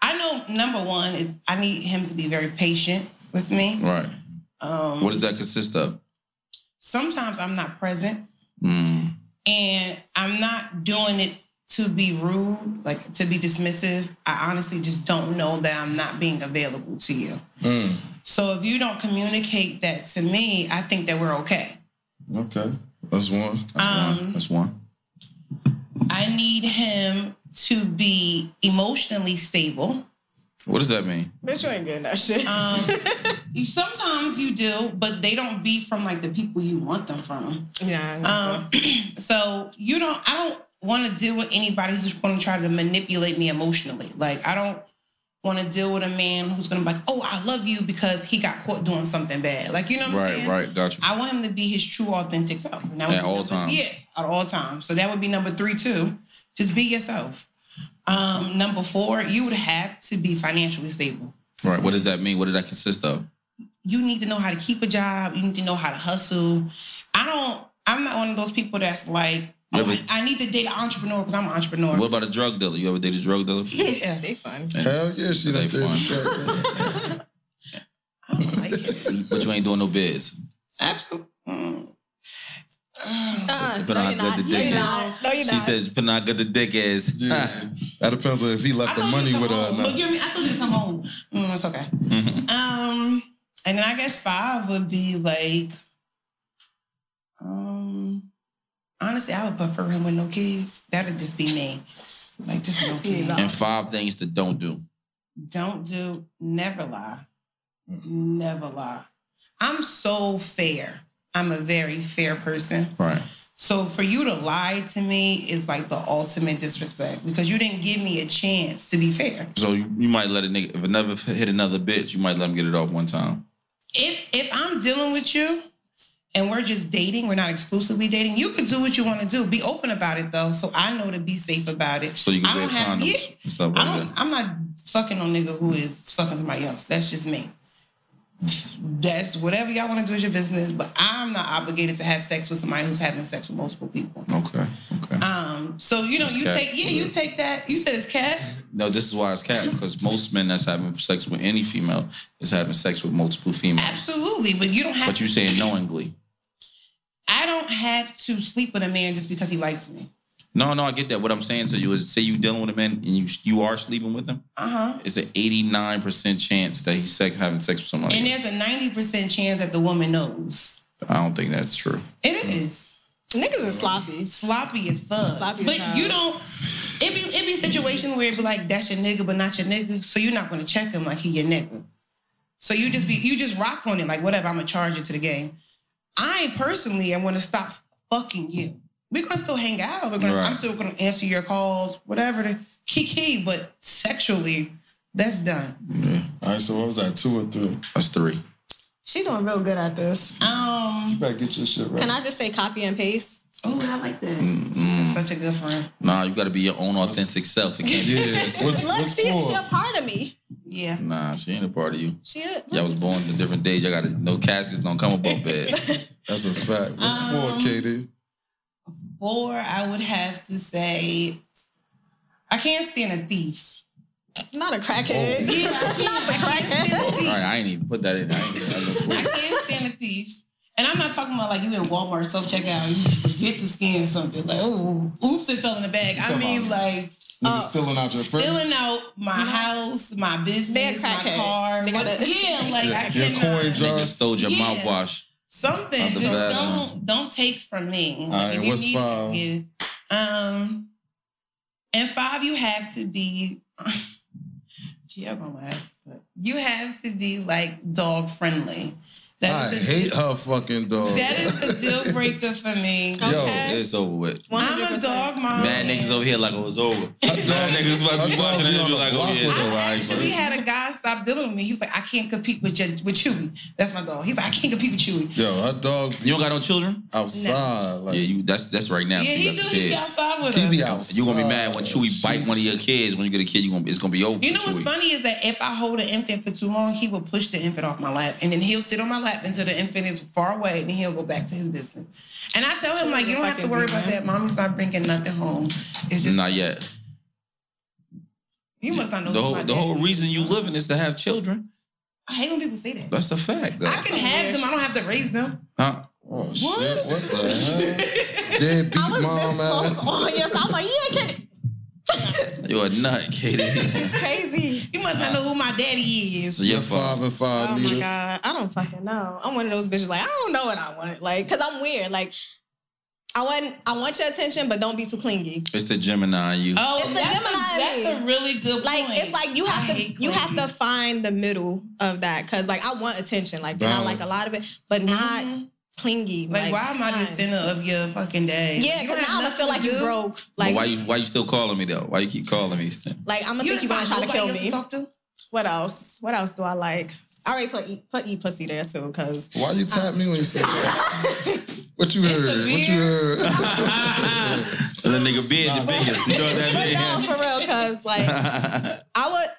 Speaker 5: I know number one is I need him to be very patient with me.
Speaker 2: Right.
Speaker 5: Um,
Speaker 2: What does that consist of?
Speaker 5: sometimes I'm not present
Speaker 2: Mm,
Speaker 5: and I'm not doing it to be rude, like to be dismissive. I honestly just don't know that I'm not being available to you.
Speaker 3: Mm,
Speaker 5: So if you don't communicate that to me, I think that we're okay.
Speaker 3: okay, that's one.
Speaker 2: that's one.
Speaker 5: Um,
Speaker 2: uh, That's one.
Speaker 5: I need him to be emotionally stable.
Speaker 2: What does that mean?
Speaker 4: bitch, you ain't getting that shit.
Speaker 5: Um, you- sometimes you do, but they don't be from like the people you want them from.
Speaker 4: yeah.
Speaker 5: Um, so you don't. I don't want to deal with anybody who's just going to try to manipulate me emotionally. Like I don't want to deal with a man who's going to be like, "Oh, I love you because he got caught doing something bad." Like you know what I'm
Speaker 2: Right.
Speaker 5: saying?
Speaker 2: Right. Got you.
Speaker 5: I want him to be his true, authentic self. And that would
Speaker 2: At
Speaker 5: be
Speaker 2: all
Speaker 5: number-
Speaker 2: times.
Speaker 5: Yeah, at all times. So that would be number three too. Just be yourself. Um, number four, you would have to be financially stable.
Speaker 2: Right. What does that mean? What did that consist of?
Speaker 5: You need to know how to keep a job. You need to know how to hustle. I don't. I'm not one of those people that's like,
Speaker 2: Yeah,
Speaker 5: oh,
Speaker 2: but-
Speaker 5: I, I need to date an entrepreneur because I'm an entrepreneur.
Speaker 2: What about a drug dealer? You ever dated a drug dealer?
Speaker 5: Yeah,
Speaker 4: they fun.
Speaker 3: Hell yeah, she
Speaker 2: They
Speaker 3: done did
Speaker 2: fun.
Speaker 3: that.
Speaker 5: I don't like it.
Speaker 2: but you ain't doing no bids.
Speaker 5: Absolutely. Mm. Mm.
Speaker 4: Uh,
Speaker 2: But
Speaker 4: no,
Speaker 2: I
Speaker 4: you're
Speaker 2: got
Speaker 4: not.
Speaker 2: the
Speaker 4: No,
Speaker 2: dick
Speaker 4: you're
Speaker 2: is-
Speaker 4: not. No, you're
Speaker 2: She
Speaker 4: not.
Speaker 2: says, "But not good the dick is."
Speaker 3: Yeah, that depends on if he
Speaker 5: I
Speaker 3: left the
Speaker 5: told you
Speaker 3: money
Speaker 5: to
Speaker 3: with uh,
Speaker 5: come
Speaker 3: her.
Speaker 5: home.
Speaker 3: or
Speaker 5: But
Speaker 3: not.
Speaker 5: you mean I told you to come home? Mm, it's okay.
Speaker 2: Mhm.
Speaker 5: Um, and then I guess five would be like, um, honestly, I would prefer him with no kids. That'd just be me. Like just no kids.
Speaker 4: Yeah.
Speaker 2: And five things to don't do.
Speaker 5: Don't do. Never lie. Never lie. I'm so fair. I'm a very fair person.
Speaker 2: Right.
Speaker 5: So for you to lie to me is like the ultimate disrespect because you didn't give me a chance to be fair.
Speaker 2: So you, you might let a nigga if another hit another bitch, you might let him get it off one time.
Speaker 5: if if I'm dealing with you and we're just dating, we're not exclusively dating, you can do what you want to do. Be open about it though, so I know to be safe about it.
Speaker 2: So you
Speaker 5: I
Speaker 2: can wear
Speaker 5: don't have-
Speaker 2: condoms
Speaker 5: yeah.
Speaker 2: and stuff like
Speaker 5: I don't
Speaker 2: that.
Speaker 5: I'm not fucking no nigga who is fucking somebody else. That's just me. That's whatever y'all want to do is your business, but I'm not obligated to have sex with somebody who's having sex with multiple people.
Speaker 2: Okay. Okay.
Speaker 5: Um, so you know,
Speaker 2: It's
Speaker 5: you
Speaker 2: cat. Mm-hmm.
Speaker 5: take yeah, you take that. You said it's cat.
Speaker 2: No, this is why it's cat because most men that's having sex with any female is having sex with multiple females.
Speaker 5: Absolutely, but you don't have.
Speaker 2: But you saying knowingly.
Speaker 5: I don't have to sleep with a man just because he likes me.
Speaker 2: No, no, I get that. What I'm saying to you is, say you dealing with a man and you you are sleeping with him.
Speaker 5: Uh huh.
Speaker 2: It's an 89 percent chance that he's sex, having sex with somebody.
Speaker 5: And
Speaker 2: else.
Speaker 5: there's a 90% chance that the woman knows.
Speaker 2: I don't think that's true.
Speaker 5: It
Speaker 2: Mm-hmm.
Speaker 5: is.
Speaker 4: Niggas is sloppy.
Speaker 5: Sloppy as fuck.
Speaker 4: Sloppy as
Speaker 5: but
Speaker 4: hell.
Speaker 5: you don't it be it be a situation where it be like, that's your nigga, but not your nigga. So you're not gonna check him like he your nigga. So you just be you just rock on it, like whatever, I'm gonna charge it to the game. I personally am gonna stop fucking you. We're gonna still hang out. We're gonna,
Speaker 2: Right.
Speaker 5: I'm still gonna answer your calls, whatever the kiki, but sexually, that's done.
Speaker 2: Yeah,
Speaker 3: All right, so what was that? Two or three?
Speaker 2: that's three.
Speaker 4: She doing real good at this.
Speaker 5: Um
Speaker 3: Better get your shit right.
Speaker 4: Can I just say copy and paste?
Speaker 5: Oh, I like that.
Speaker 2: Mm-hmm. Mm-mm.
Speaker 5: Such a good friend.
Speaker 2: Nah, you got to be your own authentic self. It can't
Speaker 3: Yeah.
Speaker 2: be.
Speaker 3: What's,
Speaker 4: Look,
Speaker 3: what's
Speaker 4: she, she a
Speaker 3: four?
Speaker 4: part of me.
Speaker 5: Yeah.
Speaker 2: Nah, she ain't a part of you.
Speaker 4: She a,
Speaker 2: Y'all was born in different days. Y'all got to no caskets don't come above bed.
Speaker 3: That's a fact. What's
Speaker 5: Um,
Speaker 3: four, Katie?
Speaker 5: Or I would have to say, I can't stand a thief.
Speaker 4: not a
Speaker 5: Oh.
Speaker 4: crackhead. not the crackhead.
Speaker 2: All right, I ain't even put that in. I ain't, I ain't
Speaker 5: I can't stand a thief. And I'm not talking about like you in Walmart self checkout, you forget to scan something. Like, oh, oops, it fell in the bag. I
Speaker 3: Come
Speaker 5: mean,
Speaker 3: on.
Speaker 5: like,
Speaker 3: Niggas
Speaker 4: uh,
Speaker 3: stealing out your purse.
Speaker 5: filling out my house, my business, my
Speaker 4: crackhead.
Speaker 5: car.
Speaker 4: They gotta-
Speaker 5: what- yeah, like, I
Speaker 3: Your coin
Speaker 5: cannot.
Speaker 2: Nigga
Speaker 3: jar.
Speaker 2: stole your
Speaker 5: Yeah.
Speaker 2: mouthwash.
Speaker 5: Something.
Speaker 2: Out the
Speaker 5: Just
Speaker 2: bag,
Speaker 5: don't, don't take from me.
Speaker 3: All right,
Speaker 5: If you
Speaker 3: what's
Speaker 5: need-
Speaker 3: five?
Speaker 5: yeah. Um, and five, you have to be. Gio gonna laugh. But you have to be like dog friendly. That
Speaker 3: I
Speaker 5: is a-
Speaker 3: hate her fucking dog.
Speaker 5: That is a deal breaker for me.
Speaker 3: Yo,
Speaker 4: Okay.
Speaker 2: It's over with.
Speaker 5: I'm a
Speaker 4: 100%.
Speaker 5: dog mom.
Speaker 2: Mad niggas over here like it was over.
Speaker 3: Her
Speaker 2: Mad
Speaker 3: dog,
Speaker 2: niggas about to
Speaker 3: her
Speaker 2: be
Speaker 3: dog
Speaker 2: watching
Speaker 3: be
Speaker 2: that
Speaker 3: on
Speaker 2: be
Speaker 3: the
Speaker 2: like,
Speaker 3: block
Speaker 2: oh yeah,
Speaker 3: with
Speaker 2: it's
Speaker 3: her.
Speaker 2: over.
Speaker 5: I
Speaker 2: I ain't
Speaker 5: actually
Speaker 2: fucking-
Speaker 5: had a guy stop dealing with me. He was like, I can't compete with Je- with Chewy. That's my dog. He's like, I can't compete with Chewy.
Speaker 3: Yo, her dog
Speaker 2: You don't got no children?
Speaker 3: outside. Like
Speaker 2: Yeah, you. That's that's right now.
Speaker 5: Yeah,
Speaker 2: so you
Speaker 5: he
Speaker 2: got
Speaker 5: do.
Speaker 2: some
Speaker 5: He be
Speaker 2: kids.
Speaker 5: outside with
Speaker 3: he
Speaker 5: us.
Speaker 3: be outside.
Speaker 2: You're gonna be mad when Chewy bite one of your kids. When you get a kid, you gonna it's gonna be over.
Speaker 5: You know
Speaker 2: for
Speaker 5: what's
Speaker 2: Chewy.
Speaker 5: funny is that if I hold an infant for too long, he will push the infant off my lap, and then he'll sit on my lap until the infant is far away, and then he'll go back to his business. And I tell him like, you don't have to worry about that. Mommy's not bringing nothing home. It's just
Speaker 2: Not yet.
Speaker 5: you must not know.
Speaker 2: The
Speaker 5: who
Speaker 2: whole
Speaker 5: my
Speaker 2: the
Speaker 5: dad
Speaker 2: whole
Speaker 5: is.
Speaker 2: reason you living is to have children.
Speaker 5: I hate when people say that.
Speaker 2: That's a fact. Though.
Speaker 5: I can have them. I don't have to raise them.
Speaker 2: Huh?
Speaker 3: Oh shit! What the hell? Deadbeat
Speaker 4: I was
Speaker 3: mom
Speaker 4: this
Speaker 3: ass.
Speaker 4: close on you, so I was like, yeah, kid,
Speaker 2: You're a nut, Katie.
Speaker 4: it's crazy.
Speaker 5: You must not know who my daddy is.
Speaker 2: so your
Speaker 3: You're five
Speaker 2: father.
Speaker 3: and five.
Speaker 4: Oh my
Speaker 3: Nita.
Speaker 4: god, I don't fucking know. I'm one of those bitches. Like I don't know what I want. Like, cause I'm weird. Like, I want I want your attention, but don't be too clingy.
Speaker 2: It's the Gemini in you.
Speaker 5: Oh,
Speaker 4: It's the
Speaker 5: that's
Speaker 4: Gemini
Speaker 5: A, that's a
Speaker 4: in
Speaker 5: really good
Speaker 4: Like
Speaker 5: point.
Speaker 4: it's like you have to
Speaker 5: I hate
Speaker 4: you have to
Speaker 5: clingy.
Speaker 4: find the middle of that. Cause like I want attention. Like and I like a
Speaker 3: Balance.
Speaker 4: lot of it, but not
Speaker 5: Mhm.
Speaker 4: clingy.
Speaker 5: like, why am I the
Speaker 4: son.
Speaker 5: center of your fucking day?
Speaker 4: Yeah,
Speaker 5: You
Speaker 4: because
Speaker 5: don't have
Speaker 4: now I'm gonna feel
Speaker 5: nothing
Speaker 4: like
Speaker 5: to
Speaker 4: you
Speaker 5: do.
Speaker 4: broke.
Speaker 2: Like,
Speaker 4: Like,
Speaker 2: why you why you still calling me though? Why you keep calling me? Stan?
Speaker 4: like I'm gonna
Speaker 5: You
Speaker 4: think you're gonna
Speaker 5: find
Speaker 4: try to
Speaker 5: nobody
Speaker 4: kill
Speaker 5: else
Speaker 4: me.
Speaker 5: talk to?
Speaker 4: What else? What else do I like? I already put eat, put eat pussy there too, cause
Speaker 3: Why you tap me when you say that? What you
Speaker 5: a
Speaker 3: heard? What you heard?
Speaker 2: the nigga beard the biggest. You know what
Speaker 4: but no,
Speaker 2: that
Speaker 4: for real, cause like
Speaker 2: means?
Speaker 4: I would.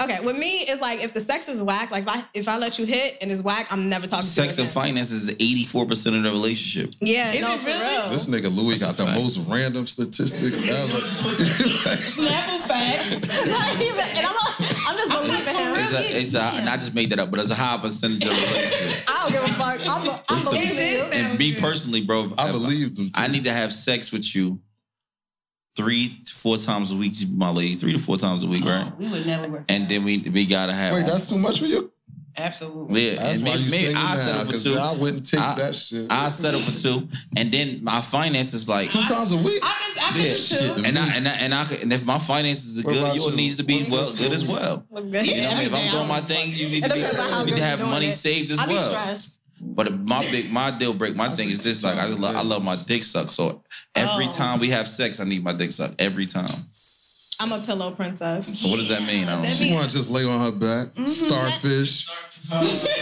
Speaker 4: Okay, with me, it's like if the sex is whack, like if I if I let you hit and it's whack, I'm never talking
Speaker 2: Sex
Speaker 4: to you.
Speaker 2: and
Speaker 4: again.
Speaker 2: finance is eighty four percent of the relationship.
Speaker 4: Yeah,
Speaker 5: Is
Speaker 4: no,
Speaker 5: it
Speaker 4: for
Speaker 5: really?
Speaker 4: real.
Speaker 3: This nigga Louis got the
Speaker 2: fact.
Speaker 3: most random statistics ever.
Speaker 5: Level facts.
Speaker 4: Like, he's a- and I'm, a, I'm just believing him.
Speaker 2: It's a, it's a, and I just made that up, but it's a high percentage of the relationship.
Speaker 4: I don't give a fuck. I'm, I'm
Speaker 2: It's a-
Speaker 4: believing you.
Speaker 2: And me personally, bro,
Speaker 3: I believed him. Too.
Speaker 2: I need to have sex with you three to four times a week, to be my lady. Three to four times a week, right?
Speaker 5: We would never work.
Speaker 2: And then we we gotta have.
Speaker 3: Wait, that's too much for you.
Speaker 5: Absolutely.
Speaker 2: yeah.
Speaker 3: That's
Speaker 2: and
Speaker 3: why
Speaker 2: maybe,
Speaker 3: you
Speaker 2: maybe
Speaker 3: single
Speaker 2: I
Speaker 3: now,
Speaker 2: settle for
Speaker 3: because
Speaker 2: two.
Speaker 3: I wouldn't take
Speaker 2: I-
Speaker 3: that shit.
Speaker 2: I settle for two, and then my finances like.
Speaker 3: two times a week.
Speaker 5: I can, I can
Speaker 2: Yeah,
Speaker 5: do two.
Speaker 3: shit.
Speaker 2: And I and I and I could- and if my finances are
Speaker 3: What
Speaker 2: good,
Speaker 3: about
Speaker 2: yours
Speaker 3: you?
Speaker 2: needs to be
Speaker 3: What's
Speaker 2: well
Speaker 3: good for
Speaker 2: good as
Speaker 3: you?
Speaker 2: well.
Speaker 4: What's good?
Speaker 2: You know what I mean? If I'm doing my thing, you need to,
Speaker 4: It
Speaker 2: be,
Speaker 4: depends on how
Speaker 2: you need
Speaker 4: good
Speaker 2: to have
Speaker 4: you're doing
Speaker 2: money
Speaker 4: it.
Speaker 2: saved as
Speaker 4: I be
Speaker 2: well.
Speaker 4: stressed.
Speaker 2: But my big, my deal break, my
Speaker 3: I
Speaker 2: thing
Speaker 3: see
Speaker 2: is this: like I, lo- I love my dick sucked. So every
Speaker 5: Oh.
Speaker 2: time we have sex, I need my dick sucked every time.
Speaker 4: I'm a pillow princess.
Speaker 2: So what does that mean? I don't
Speaker 5: That
Speaker 2: know.
Speaker 3: She want to just lay on her back. Starfish. Starfish.
Speaker 4: Mm-hmm. First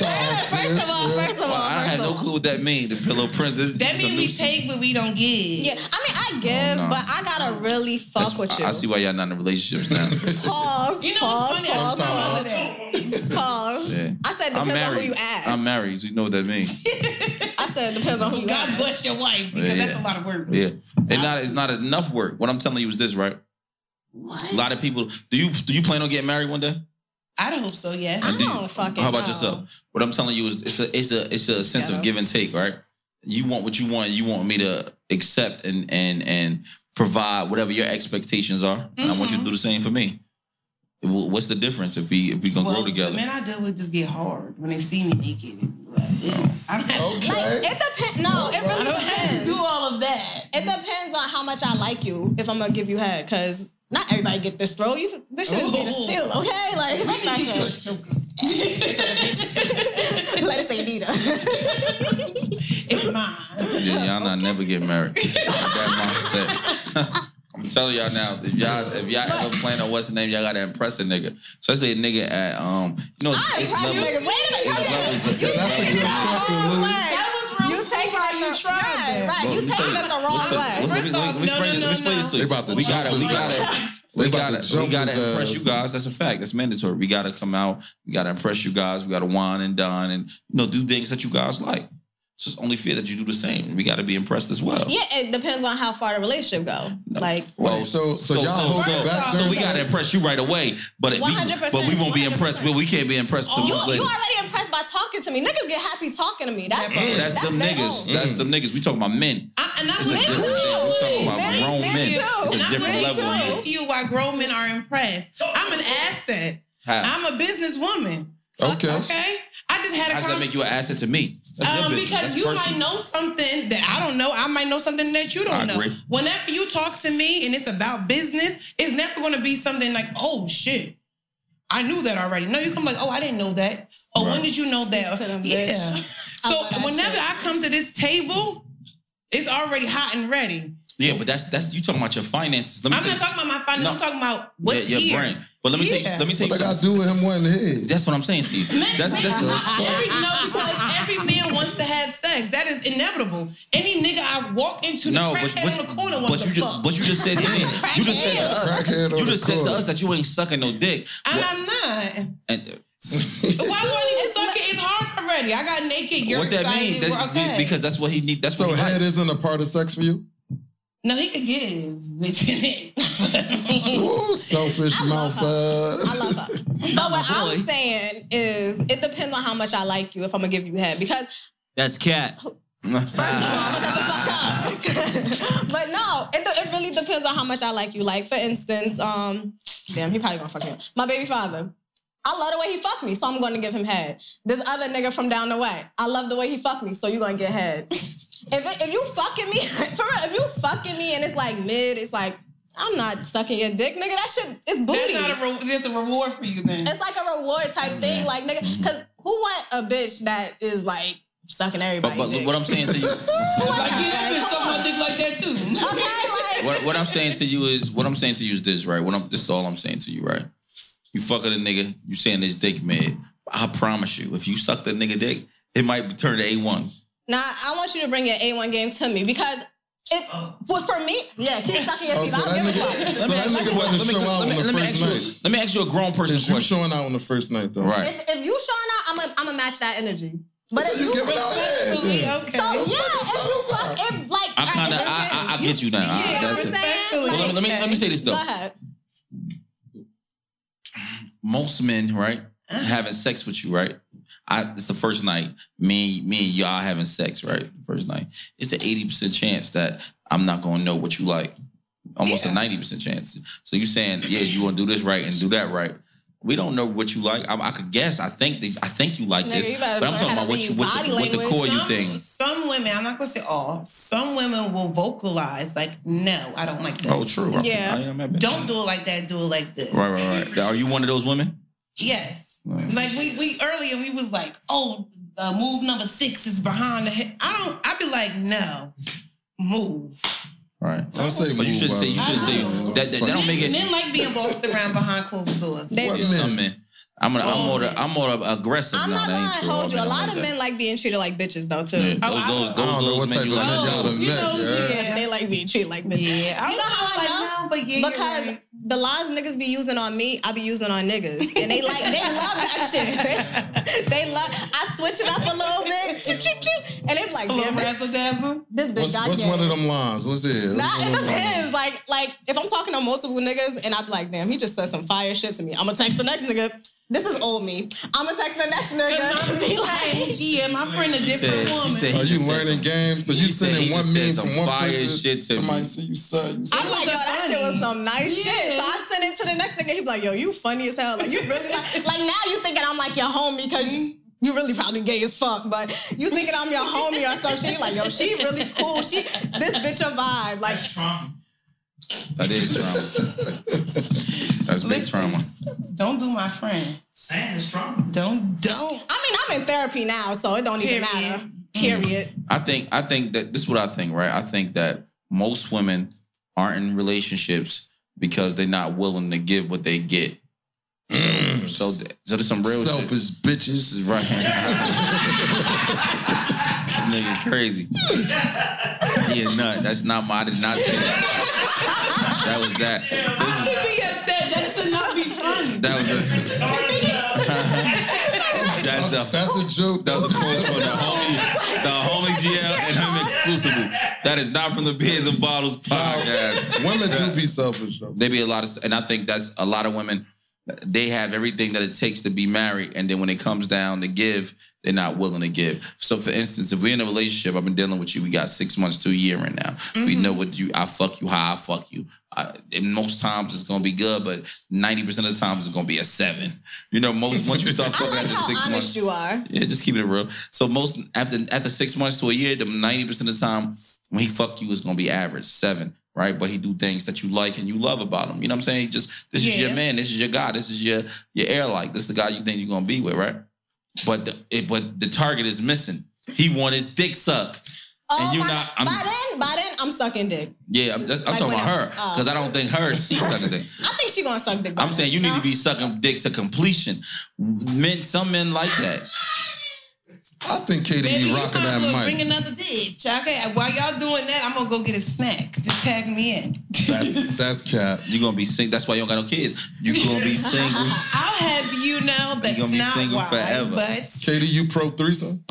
Speaker 4: of all,
Speaker 3: yeah.
Speaker 4: first of all,
Speaker 2: Well, I
Speaker 4: first
Speaker 2: had
Speaker 4: of
Speaker 2: no
Speaker 4: all.
Speaker 2: clue what that mean. The pillow print. This,
Speaker 5: That
Speaker 2: this
Speaker 5: means
Speaker 2: a
Speaker 5: we
Speaker 2: new-
Speaker 5: take what we don't give.
Speaker 4: Yeah, I mean, I give,
Speaker 2: Oh, no.
Speaker 4: but I gotta really fuck
Speaker 2: that's-
Speaker 4: with
Speaker 2: I-
Speaker 4: you.
Speaker 2: I see why y'all not in relationships now.
Speaker 4: Pause,
Speaker 5: You know what's
Speaker 4: pause,
Speaker 5: funny? I
Speaker 4: pause,
Speaker 5: was talking about
Speaker 4: pause,
Speaker 5: that.
Speaker 4: pause.
Speaker 2: Yeah.
Speaker 4: I said
Speaker 2: I'm
Speaker 4: depends on who
Speaker 2: married.
Speaker 4: you ask.
Speaker 2: I'm married, so you know what that means.
Speaker 4: I said depends on who you
Speaker 5: God
Speaker 4: ask.
Speaker 5: bless your wife because
Speaker 2: Yeah.
Speaker 5: that's a lot of work.
Speaker 2: Yeah, and not it's not enough work. What I'm telling you is this, right? A lot of people. Do you do you plan on getting married one day?
Speaker 5: I'd hope so. Yes.
Speaker 4: I
Speaker 2: do you-
Speaker 4: don't Oh, fucking.
Speaker 2: How about
Speaker 4: know.
Speaker 2: yourself? What I'm telling you is it's a it's a it's a sense
Speaker 4: Yeah.
Speaker 2: of give and take, right? You want what you want, you want me to accept and and and provide whatever your expectations are, and I want
Speaker 4: Mm-hmm.
Speaker 2: you to do the same for me. Wh- What's the difference if we if we gonna
Speaker 5: well,
Speaker 2: grow together?
Speaker 5: The men I deal with just get hard when they see me naked. Like, I don't have to-
Speaker 4: Like
Speaker 3: Okay.
Speaker 4: it depends. No, it
Speaker 5: I
Speaker 4: really
Speaker 5: don't have to do
Speaker 4: depends.
Speaker 5: all of that.
Speaker 4: It depends on how much I like you. If I'm gonna give you head, because not everybody get this throw. You this shit is being a steal, okay? Like fuck that shit. Let us say Nita.
Speaker 5: It's mine.
Speaker 2: Yeah, y'all not never get married. that mindset. I'm telling y'all now, if y'all if y'all ever plan on what's the name, y'all gotta impress a nigga. Especially a nigga at um, you know, it's, it's
Speaker 4: Right,
Speaker 2: levels.
Speaker 4: niggas. Wait a minute.
Speaker 2: It's
Speaker 4: okay.
Speaker 2: levels of- it's
Speaker 3: That's a
Speaker 2: levels
Speaker 3: good
Speaker 2: of-
Speaker 3: question, Louis.
Speaker 5: That was real
Speaker 4: You take
Speaker 5: smart.
Speaker 4: it
Speaker 5: You
Speaker 4: the-
Speaker 5: tried
Speaker 4: right,
Speaker 5: that.
Speaker 4: right. You
Speaker 2: Look, let me
Speaker 4: take
Speaker 2: tell
Speaker 4: it the wrong
Speaker 2: what's up-
Speaker 4: way.
Speaker 2: what's up-
Speaker 5: First
Speaker 2: let me
Speaker 5: off, no,
Speaker 2: explain it- let me
Speaker 5: no, no,
Speaker 2: explain this to
Speaker 3: They
Speaker 2: you.
Speaker 3: about to
Speaker 2: We
Speaker 3: jump
Speaker 2: gotta, we
Speaker 3: his
Speaker 2: gotta,
Speaker 3: ass. They
Speaker 2: we
Speaker 3: about to
Speaker 2: gotta, we
Speaker 3: jump uh, his
Speaker 2: gotta impress
Speaker 3: ass.
Speaker 2: you guys. That's a fact. That's mandatory. We gotta come out. We gotta impress you guys. We gotta wine and dine and you know do things that you guys like. It's just only fair that you do the same. We gotta be impressed as well.
Speaker 4: Yeah, it depends on how far the relationship go. Like
Speaker 3: Wait, Oh, so so y'all hold
Speaker 5: so-
Speaker 3: back
Speaker 5: so
Speaker 2: so we
Speaker 3: during
Speaker 2: gotta
Speaker 3: sex?
Speaker 2: impress you right away, but it, we,
Speaker 4: 100%,
Speaker 2: but we won't be impressed. But we can't be impressed
Speaker 4: you,
Speaker 2: until much later.
Speaker 4: you already impressed by talking to me. Niggas get happy talking to me. That's
Speaker 2: Yeah, Oh, that's, them
Speaker 4: their
Speaker 2: niggas.
Speaker 4: own.
Speaker 2: That's them niggas. We talking about men.
Speaker 5: I, and I'm
Speaker 2: It's a
Speaker 5: with
Speaker 2: different
Speaker 5: you.
Speaker 2: thing. We talking
Speaker 4: Men
Speaker 2: about grown
Speaker 4: too.
Speaker 2: men. It's
Speaker 4: And
Speaker 2: a
Speaker 4: I'm
Speaker 2: different
Speaker 4: men
Speaker 2: level.
Speaker 4: too.
Speaker 2: of
Speaker 5: Explain to you why grown men are impressed. I'm an asset.
Speaker 2: How,
Speaker 5: I'm a businesswoman.
Speaker 3: Okay.
Speaker 5: Okay. I just had
Speaker 2: how
Speaker 5: a
Speaker 2: does that
Speaker 5: conversation.
Speaker 2: make you an asset to me? That's their
Speaker 5: Um,
Speaker 2: business.
Speaker 5: because
Speaker 2: That's
Speaker 5: you
Speaker 2: personal.
Speaker 5: might know something that I don't know. I might know something that you don't
Speaker 2: I
Speaker 5: know.
Speaker 2: agree.
Speaker 5: Whenever you talk to me and it's about business, it's never going to be something like, "Oh shit, I knew that already. No, you can be like, oh, I didn't know that. Oh, when
Speaker 2: Right.
Speaker 5: did you know that?
Speaker 4: to them,
Speaker 5: yeah.
Speaker 4: bitch. I
Speaker 5: So
Speaker 4: love that
Speaker 5: whenever
Speaker 4: shit.
Speaker 5: I come to this table, it's already hot and ready.
Speaker 2: Yeah, but that's that's you talking about your finances. Let me
Speaker 5: I'm
Speaker 2: tell
Speaker 5: not
Speaker 2: you,
Speaker 5: talking about my finances.
Speaker 2: No.
Speaker 5: I'm talking about
Speaker 2: yeah,
Speaker 5: what's
Speaker 2: your
Speaker 5: here.
Speaker 2: brand. But let me tell
Speaker 5: Yeah.
Speaker 2: you, let me tell
Speaker 3: What
Speaker 2: you.
Speaker 3: they got to
Speaker 2: something.
Speaker 3: do with him one head?
Speaker 2: That's what I'm saying to you. That's that's
Speaker 5: Every, no, because every man wants to have sex. That is inevitable. Any nigga I walk into, the
Speaker 2: no, but
Speaker 5: crackhead
Speaker 2: but,
Speaker 5: in the corner
Speaker 2: but
Speaker 5: wants
Speaker 2: you
Speaker 5: to fuck.
Speaker 2: just but you just said to me, you just said to us,
Speaker 3: Crackhead on
Speaker 2: you
Speaker 3: the
Speaker 2: just said to
Speaker 3: court.
Speaker 2: us that you ain't sucking no dick.
Speaker 5: and
Speaker 2: What-
Speaker 5: I'm not.
Speaker 2: and- uh,
Speaker 5: Why wouldn't you suck it? It's hard already. I got naked. You're
Speaker 2: what that mean?
Speaker 5: excited.
Speaker 2: That-
Speaker 5: We're okay.
Speaker 2: Because that's what he need. That's
Speaker 3: So
Speaker 2: what he like.
Speaker 3: head isn't a part of sex for you?
Speaker 5: no, he could give bitch in it.
Speaker 3: Ooh, selfish
Speaker 4: I love
Speaker 3: mouth. Uh,
Speaker 4: I love her. But what I'm saying is, it depends on how much I like you if I'm gonna give you head. Because
Speaker 11: That's cat.
Speaker 4: first of all, I'm gonna shut the fuck up. but no, it, it really depends on how much I like you. Like for instance, um, damn, he probably gonna fuck me up. My baby father. I love the way he fucked me, so I'm gonna give him head. This other nigga from down the way. I love the way he fucked me, so you gonna get head. If, it, if you fucking me, for real, if you fucking me and it's like mid, it's like, I'm not sucking your dick, nigga. That shit is booty.
Speaker 5: That's not a re- there's a reward for you then.
Speaker 4: It's like a reward type thing, like nigga. Because who want a bitch that is like sucking
Speaker 2: But,
Speaker 4: everybody?
Speaker 2: but
Speaker 4: dick?
Speaker 2: what I'm saying to you,
Speaker 4: Who want
Speaker 5: Like you
Speaker 4: that?
Speaker 5: can
Speaker 4: Like,
Speaker 5: suck
Speaker 4: come
Speaker 5: my
Speaker 4: on.
Speaker 5: dick like that too.
Speaker 4: Okay, like
Speaker 2: what, what I'm saying to you is what I'm saying to you is this, right? What I'm this is all I'm saying to you, right? You fucking a nigga, you saying this dick mad. I promise you, if you suck the nigga dick, it might turn to A one.
Speaker 4: nah, I want you to bring your A1 game to me because it for, for me, yeah, keep sucking
Speaker 3: oh,
Speaker 4: your
Speaker 3: so
Speaker 4: teeth.
Speaker 3: that
Speaker 4: I don't give a
Speaker 3: nigga,
Speaker 4: fuck.
Speaker 3: so that nigga wasn't show out on the first
Speaker 2: ask you,
Speaker 3: night.
Speaker 2: let me ask you a grown person
Speaker 3: Is you
Speaker 2: question.
Speaker 3: showing out on the first night though?
Speaker 2: Right.
Speaker 4: If, if you showing out, I'm gonna I'm match that energy.
Speaker 3: So
Speaker 4: But if
Speaker 3: you
Speaker 4: you,
Speaker 3: giving out head
Speaker 5: Respectfully,
Speaker 3: then?
Speaker 5: okay.
Speaker 4: so yeah, if you
Speaker 3: about?
Speaker 4: fuck, if like
Speaker 2: I'm kind of, I,
Speaker 4: if-
Speaker 2: I, I get you now. I-
Speaker 4: You know
Speaker 2: that's
Speaker 4: what I'm
Speaker 2: it.
Speaker 4: saying?
Speaker 5: Respectfully.
Speaker 4: Like,
Speaker 2: Well, let, me, let me say this though.
Speaker 4: Go ahead.
Speaker 2: Most men, right, having sex with you, right? I, it's the first night. Me, me and y'all having sex, right? First night. It's an eighty percent chance that I'm not gonna know what you like. Almost a
Speaker 5: Yeah.
Speaker 2: ninety percent chance. So you saying, yeah, you want to do this right and do that right? We don't know what you like. I, I could guess. I think that I think you like
Speaker 4: Nigga,
Speaker 2: this,
Speaker 4: you better
Speaker 2: but I'm
Speaker 4: learn
Speaker 2: talking about
Speaker 4: how to
Speaker 2: what
Speaker 4: read
Speaker 2: you what,
Speaker 4: body
Speaker 2: the, what the
Speaker 4: language.
Speaker 2: core you
Speaker 5: some,
Speaker 2: think.
Speaker 5: some women, I'm not gonna say all. Some women will vocalize like, "No, I don't like that."
Speaker 2: Oh, true. I-
Speaker 4: Yeah.
Speaker 2: I am happy.
Speaker 5: Don't do it like that. Do it like this.
Speaker 2: Right, right, right. Are you one of those women?
Speaker 5: Yes.
Speaker 2: Right.
Speaker 5: Like we we earlier we was like, oh, uh, move number six is behind the head. I don't. I'd be like, no, move.
Speaker 2: Right.
Speaker 3: Don't say
Speaker 2: But you
Speaker 3: move,
Speaker 2: should say
Speaker 3: Bobby.
Speaker 2: you should say
Speaker 5: Wow.
Speaker 2: that that, that don't make it.
Speaker 5: Men like being bossed around behind closed doors.
Speaker 4: They-
Speaker 3: What
Speaker 2: Yeah,
Speaker 3: men?
Speaker 2: some men. I'm gonna, I'm more, I'm more aggressive.
Speaker 4: I'm
Speaker 2: now.
Speaker 4: not
Speaker 2: That ain't true.
Speaker 4: gonna hold you.
Speaker 2: I
Speaker 4: A
Speaker 2: mean,
Speaker 4: lot
Speaker 2: like
Speaker 4: of
Speaker 2: that.
Speaker 4: men like being treated like bitches though too.
Speaker 2: Yeah,
Speaker 5: Oh,
Speaker 2: those, those,
Speaker 5: I-
Speaker 3: I don't know
Speaker 2: those,
Speaker 3: what
Speaker 2: those men
Speaker 3: type of
Speaker 2: you
Speaker 3: men
Speaker 2: like.
Speaker 3: y'all done
Speaker 5: you
Speaker 3: met,
Speaker 5: know,
Speaker 3: you heard?
Speaker 5: yeah.
Speaker 4: They like being treated like bitches.
Speaker 5: yeah, I
Speaker 4: You
Speaker 5: don't
Speaker 4: know how I know?
Speaker 5: how I know, but yeah, you're
Speaker 4: Because
Speaker 5: right.
Speaker 4: the lies niggas be using on me, I be using on niggas, and they like they love that shit. they love. I switch it up a little bit, choo, choo, choo, and they be like,
Speaker 5: a
Speaker 4: damn, this,
Speaker 5: little razzle dazzle.
Speaker 4: this bitch
Speaker 3: What's,
Speaker 4: got
Speaker 3: what's
Speaker 4: game.
Speaker 3: one of them lines? Let's hear. it.
Speaker 4: Nah,
Speaker 3: What's one of
Speaker 4: it
Speaker 3: them lines?
Speaker 4: depends. Like, like if I'm talking to multiple niggas and I be like, damn, he just said some fire shit to me. I'm gonna text the next nigga. This is old me. I'm gonna text the next nigga. and be like,
Speaker 5: yeah, my friend a
Speaker 10: She
Speaker 2: said-
Speaker 5: different
Speaker 2: she
Speaker 5: woman.
Speaker 2: said-
Speaker 3: Are
Speaker 2: He
Speaker 3: you
Speaker 2: just said
Speaker 3: learning
Speaker 2: some-
Speaker 3: games? So you
Speaker 2: he said
Speaker 3: sending
Speaker 2: he
Speaker 3: one
Speaker 2: just said
Speaker 3: meme
Speaker 2: some
Speaker 3: from one
Speaker 2: fire
Speaker 3: person?
Speaker 2: shit to
Speaker 3: somebody
Speaker 2: me.
Speaker 3: say you suck. You suck.
Speaker 4: I'm like, yo, that shit was some nice
Speaker 5: Yeah.
Speaker 4: shit. So I sent it to the next nigga. He be like, yo, you funny as hell. Like, you really like, like now you thinking I'm like your homie because
Speaker 5: Mm-hmm.
Speaker 4: you, you really probably gay as fuck, but you thinking I'm your homie or some shit. You like, yo, she really cool. She, this bitch a vibe. Like,
Speaker 10: That's trauma.
Speaker 2: That is trauma. That's big trauma.
Speaker 5: Don't do my friend.
Speaker 10: Saying it's trauma.
Speaker 5: Don't don't.
Speaker 4: I mean, I'm in therapy now, so it don't even
Speaker 5: Period.
Speaker 4: matter. Period.
Speaker 2: I think, I think that this is what I think, right? I think that most women aren't in relationships because they're not willing to give what they get.
Speaker 3: Mm.
Speaker 2: So, so, so there's some real shit.
Speaker 3: selfish bitches.
Speaker 2: This is right. this nigga crazy. Yeah, nut. That's not my. I did not say that. That was that.
Speaker 5: I should be upset. That should not be funny.
Speaker 2: That was. A, that's the.
Speaker 3: That's a joke.
Speaker 2: That was a quote
Speaker 3: joke.
Speaker 2: from the homie, the homie GL and him exclusively. That is not from the Beers and Bottles podcast.
Speaker 3: Women do be selfish though.
Speaker 2: They be a lot of, and I think that's a lot of women. They have everything that it takes to be married, and then when it comes down to give, they're not willing to give. So, for instance, if we're in a relationship, I've been dealing with you. We got six months to a year right now.
Speaker 4: Mm-hmm.
Speaker 2: We know what you. I fuck you. How I fuck you. I, and most times it's gonna be good, but ninety percent of the times it's gonna be a seven. You know, most once you start
Speaker 4: I
Speaker 2: fucking
Speaker 4: like
Speaker 2: after
Speaker 4: how
Speaker 2: six
Speaker 4: honest
Speaker 2: months,
Speaker 4: you are.
Speaker 2: yeah, just keep it real. So most after after six months to a year, the ninety percent of the time when he fuck you is gonna be average seven. right? But he do things that you like and you love about him. You know what I'm saying? He just this is
Speaker 5: Yeah.
Speaker 2: your man. This is your guy. This is your your air like. This is the guy you think you're gonna be with, right? But the, it, but the target is missing. He want his dick sucked.
Speaker 4: Oh
Speaker 2: you
Speaker 4: my
Speaker 2: not-
Speaker 4: God.
Speaker 2: I'm-
Speaker 4: by then, by then, I'm sucking dick.
Speaker 2: Yeah, I'm, that's, I'm
Speaker 4: Like
Speaker 2: talking
Speaker 4: when
Speaker 2: about
Speaker 4: I-
Speaker 2: her because I don't think her she sucking dick.
Speaker 4: I think she gonna suck dick. by
Speaker 2: I'm saying you
Speaker 4: then,
Speaker 2: need to
Speaker 4: no?
Speaker 2: be sucking dick to completion. Men, some men like that.
Speaker 3: I think KD
Speaker 5: Baby,
Speaker 3: be
Speaker 5: you might
Speaker 3: rocking
Speaker 5: as
Speaker 3: that
Speaker 5: well
Speaker 3: mic.
Speaker 5: bring another bitch. Okay, while y'all doing that, I'm gonna go get a snack. Just tag me in.
Speaker 3: That's that's cap.
Speaker 2: You're gonna be single. That's why you don't got no kids. You're gonna be single.
Speaker 5: I'll have you know that's
Speaker 2: gonna be
Speaker 5: not
Speaker 2: single
Speaker 5: why.
Speaker 2: forever.
Speaker 5: But
Speaker 3: KD, you pro threesome?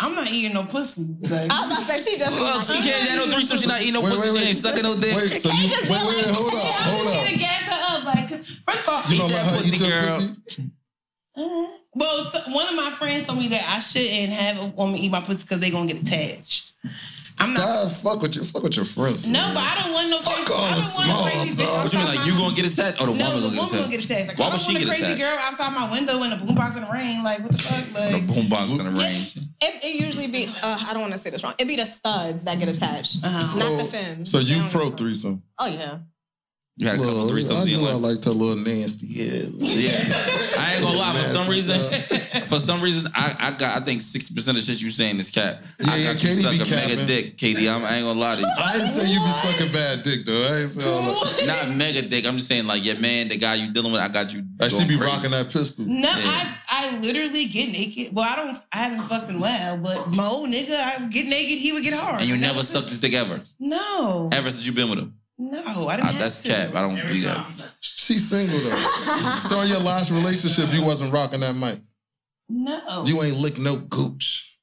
Speaker 5: I'm not eating no pussy. Like,
Speaker 4: I was about to say she definitely.
Speaker 2: Well,
Speaker 4: not
Speaker 2: she
Speaker 4: gonna-
Speaker 2: can't have no threesome. She not eating no
Speaker 3: Wait,
Speaker 2: pussy.
Speaker 3: wait,
Speaker 2: She
Speaker 3: wait.
Speaker 2: ain't sucking no dick.
Speaker 3: Wait, so you, wait, wait, hold up,
Speaker 5: I'm
Speaker 3: hold
Speaker 5: just gonna
Speaker 3: up.
Speaker 5: gas her up. Like, first of all,
Speaker 3: You
Speaker 5: eat
Speaker 3: don't let
Speaker 5: that
Speaker 3: her
Speaker 5: pussy.
Speaker 3: eat your
Speaker 2: girl.
Speaker 3: pussy?
Speaker 5: Well, so- one of my friends told me that I shouldn't have a woman eat my pussy because they gonna get attached. I'm not.
Speaker 3: God, fuck with your fuck with your friends.
Speaker 5: No, but I don't want no.
Speaker 3: Fuck
Speaker 5: crazy,
Speaker 3: all
Speaker 5: I
Speaker 3: the
Speaker 5: don't want
Speaker 3: small
Speaker 5: no crazy bitch.
Speaker 3: talk.
Speaker 2: What you mean,
Speaker 5: outside
Speaker 2: like
Speaker 5: my-
Speaker 2: you gonna get attached or the
Speaker 5: No,
Speaker 2: woman
Speaker 5: the
Speaker 2: gonna
Speaker 5: woman gonna
Speaker 2: get attached?
Speaker 5: get attached. Like,
Speaker 2: Why
Speaker 5: I
Speaker 2: would she
Speaker 5: don't want a
Speaker 2: get
Speaker 5: crazy
Speaker 2: attached?
Speaker 5: girl outside my window in a boombox in the rain. Like, what the fuck?
Speaker 2: The
Speaker 5: Like,
Speaker 2: boom box and the range.
Speaker 4: It, it usually be. Uh, I don't want to say this wrong. It be the studs that get attached,
Speaker 5: Uh-huh.
Speaker 4: not the
Speaker 3: Oh,
Speaker 4: femmes.
Speaker 3: So you
Speaker 4: They don't
Speaker 3: pro
Speaker 4: get-
Speaker 3: threesome?
Speaker 4: Oh yeah.
Speaker 2: You had a couple
Speaker 3: Well,
Speaker 2: threesomes
Speaker 3: I
Speaker 2: in your
Speaker 3: knew I
Speaker 2: life.
Speaker 3: liked her little nasty. Yeah,
Speaker 2: Yeah, I ain't gonna lie. For some
Speaker 3: Nasty
Speaker 2: reason,
Speaker 3: stuff.
Speaker 2: for some reason, I, I got. I think sixty percent of shit you saying is cap.
Speaker 3: Yeah,
Speaker 2: I
Speaker 3: yeah,
Speaker 2: got you
Speaker 3: Katie be
Speaker 2: sucking mega
Speaker 3: capping.
Speaker 2: dick, Katie. I'm, I ain't gonna lie to you.
Speaker 3: I didn't say you be sucking bad dick though. I ain't say all that.
Speaker 2: Not mega dick. I'm just saying like your man, the guy you dealing with. I got you.
Speaker 3: Like Uh, she
Speaker 2: doing
Speaker 3: be
Speaker 2: crazy.
Speaker 3: rocking that pistol.
Speaker 5: No,
Speaker 2: Yeah.
Speaker 5: I I literally get naked. Well, I don't. I haven't fucking loud, but Mo, nigga, I get naked. He would get hard.
Speaker 2: And you
Speaker 5: That
Speaker 2: never
Speaker 5: was-
Speaker 2: sucked his dick ever,
Speaker 5: No,
Speaker 2: ever since you've been with him.
Speaker 5: no, I didn't.
Speaker 2: I,
Speaker 5: have
Speaker 2: that's
Speaker 5: to.
Speaker 2: cap. I don't
Speaker 10: Every
Speaker 2: believe
Speaker 10: time
Speaker 2: that.
Speaker 10: he's like,
Speaker 3: She's single though. so in your last relationship, you wasn't rocking that mic.
Speaker 5: No,
Speaker 3: You ain't lick no gooch.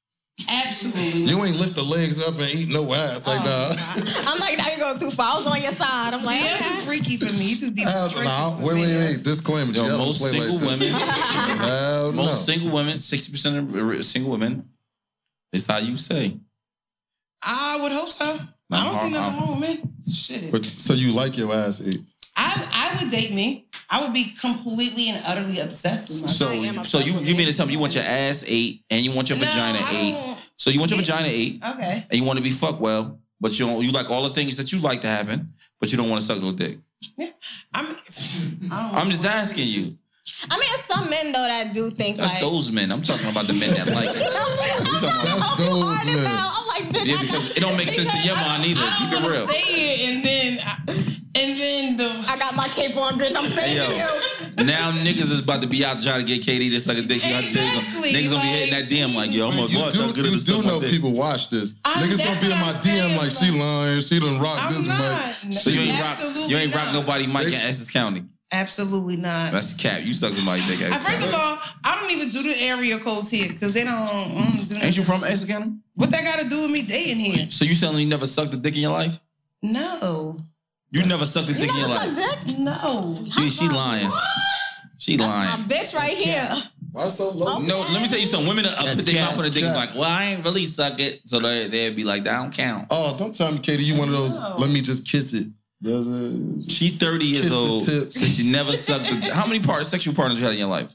Speaker 5: absolutely.
Speaker 3: You ain't lift the legs up and eat no ass like
Speaker 4: Oh,
Speaker 3: nah.
Speaker 4: God. I'm like, now you going too far. I was on your side. I'm like,
Speaker 5: Yeah,
Speaker 4: okay.
Speaker 5: too freaky for me. You Too deep.
Speaker 3: Hell
Speaker 5: trenches
Speaker 3: no.
Speaker 5: for
Speaker 3: Wait,
Speaker 5: me.
Speaker 3: wait, wait. Disclaimer.
Speaker 2: Yo,
Speaker 3: Y'all don't
Speaker 2: most
Speaker 3: play like
Speaker 2: single
Speaker 3: this.
Speaker 2: women,
Speaker 3: Hell no.
Speaker 2: most single women, sixty percent of uh, single women. It's how you say.
Speaker 5: I would hope so.
Speaker 2: Nah,
Speaker 5: I don't see
Speaker 2: I'm-
Speaker 5: nothing
Speaker 2: I'm-
Speaker 5: wrong with it. Shit.
Speaker 3: But so you like your ass eat.
Speaker 5: I I would date me. I would be completely and utterly obsessed with myself.
Speaker 2: So,
Speaker 4: I am
Speaker 2: so you
Speaker 4: obsessed
Speaker 2: you
Speaker 4: with
Speaker 2: mean to
Speaker 4: it.
Speaker 2: tell me you want your ass eight and you want your vagina eh? eight? So you want your
Speaker 5: Yeah.
Speaker 2: vagina eight
Speaker 5: Okay.
Speaker 2: and you want to be fucked well, but you don't, you like all the things that you like to happen, but you don't want to suck no dick.
Speaker 5: I'm. I don't
Speaker 2: I'm just asking you.
Speaker 4: I mean, it's some men though that do think
Speaker 2: That's
Speaker 4: like.
Speaker 2: those men. I'm talking about the men that like it.
Speaker 3: That's
Speaker 4: That's
Speaker 3: those men.
Speaker 4: I'm like, bitch,
Speaker 2: Yeah,
Speaker 4: I
Speaker 2: because
Speaker 4: got,
Speaker 2: it don't make sense to your mind either.
Speaker 5: I
Speaker 2: Keep
Speaker 5: don't
Speaker 2: it
Speaker 5: wanna
Speaker 2: real.
Speaker 5: Say it and then, I- and then the.
Speaker 4: I got my cape on, bitch. I'm
Speaker 2: Hey,
Speaker 4: saving
Speaker 2: yo.
Speaker 4: you.
Speaker 2: Now niggas is about to be out trying to get KD to suck a dick. She got to tell you,
Speaker 5: Exactly,
Speaker 2: Niggas gonna be
Speaker 5: like-
Speaker 2: hitting that DM like, yo, I'm gonna
Speaker 3: You
Speaker 2: watch how
Speaker 3: do,
Speaker 2: good it
Speaker 3: you
Speaker 2: is
Speaker 3: do know
Speaker 2: dick.
Speaker 3: people watch this.
Speaker 5: I'm-
Speaker 3: Niggas gonna
Speaker 5: that's
Speaker 3: be in
Speaker 5: what
Speaker 3: my DM
Speaker 5: I'm saying,
Speaker 3: like she
Speaker 5: like-
Speaker 3: lying. She done rock
Speaker 5: I'm
Speaker 3: this
Speaker 5: not.
Speaker 3: mic.
Speaker 2: So you ain't rock,
Speaker 5: Absolutely
Speaker 2: you ain't rock
Speaker 5: not.
Speaker 2: nobody Mike in Essex County.
Speaker 5: Absolutely not.
Speaker 2: That's cap. You suck somebody's dick.
Speaker 5: Uh,
Speaker 2: Essex
Speaker 5: First
Speaker 2: County.
Speaker 5: of all, I don't even do the area codes here because they don't. mm, do
Speaker 2: Ain't you from Essex County?
Speaker 5: What that got to do with me dating here?
Speaker 2: So you telling me you never sucked a dick in your life?
Speaker 5: No,
Speaker 2: You never sucked a
Speaker 4: You
Speaker 2: dick in your
Speaker 4: never
Speaker 2: life.
Speaker 4: suck dick?
Speaker 5: no.
Speaker 2: Dude, she lying. She
Speaker 4: My
Speaker 2: lying.
Speaker 4: bitch right here.
Speaker 3: Why so low?
Speaker 4: I'm-
Speaker 2: No, let me tell you something. Women are up
Speaker 3: That's
Speaker 2: to their
Speaker 3: cap.
Speaker 2: mouth on a dick and
Speaker 3: That's
Speaker 2: be
Speaker 3: cap.
Speaker 2: like, well, I ain't really suck it. So they they'd be like, that don't count.
Speaker 3: Oh, don't tell me, Katie, you one of those.
Speaker 5: No.
Speaker 3: Let me just kiss it. Does it-
Speaker 2: She 30 years
Speaker 3: Kiss the
Speaker 2: old.
Speaker 3: tip.
Speaker 2: So she never sucked a How many part, sexual partners you had in your life?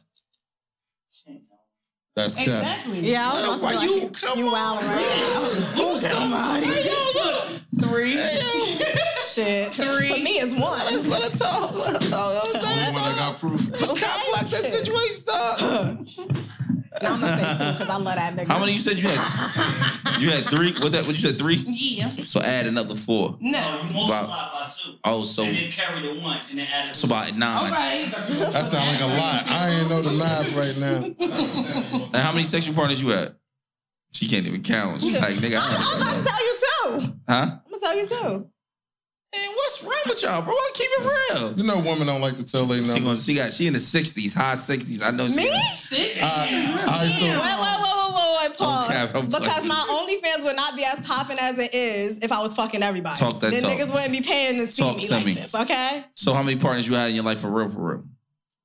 Speaker 3: That's cap.
Speaker 5: Exactly.
Speaker 4: Yeah, I was
Speaker 2: Why
Speaker 4: about to be
Speaker 2: you-
Speaker 4: like,
Speaker 2: come
Speaker 4: you wildin' right now. Who's somebody?
Speaker 5: Three.
Speaker 4: Shit.
Speaker 5: Three.
Speaker 4: For me, it's one.
Speaker 2: Let her talk. Let her talk. You know what I'm
Speaker 3: Only one that got proof.
Speaker 4: Okay? Shit.
Speaker 2: situation, dog.
Speaker 4: Now I'm gonna say two because I love that nigga.
Speaker 2: How many you said you had? You had three? What that? What you said, three?
Speaker 5: Yeah.
Speaker 2: So add another four.
Speaker 5: No.
Speaker 10: oh, you multiply by two.
Speaker 2: Oh, so,
Speaker 10: and then carry the one and then add it.
Speaker 2: so about nine.
Speaker 5: All right.
Speaker 3: That sound like a lie. I ain't know the math right now.
Speaker 2: And how many sexual partners you had? She can't even count. She's like, nigga,
Speaker 4: I, was- I was about
Speaker 2: I
Speaker 4: to tell you too.
Speaker 2: don't know. Huh?
Speaker 4: I'm gonna tell you too.
Speaker 2: And what's wrong with y'all, bro? I keep it real.
Speaker 3: You know, women don't like to tell
Speaker 2: She
Speaker 3: they numbers.
Speaker 2: gonna, she got she in the sixties, high sixties. I know she
Speaker 4: Me?
Speaker 5: Six.
Speaker 2: Uh,
Speaker 3: I, I,
Speaker 4: Wait,
Speaker 3: so,
Speaker 4: wait, wait, wait, wait, wait, pause.
Speaker 2: Okay, I'm
Speaker 4: because
Speaker 2: fucking-
Speaker 4: my OnlyFans would not be as popping as it is if I was fucking everybody.
Speaker 2: Talk that
Speaker 4: then
Speaker 2: talk.
Speaker 4: niggas wouldn't be paying to see
Speaker 2: Talk
Speaker 4: me
Speaker 2: to
Speaker 4: like
Speaker 2: me.
Speaker 4: this, okay?
Speaker 2: So how many partners you had in your life for real, for real?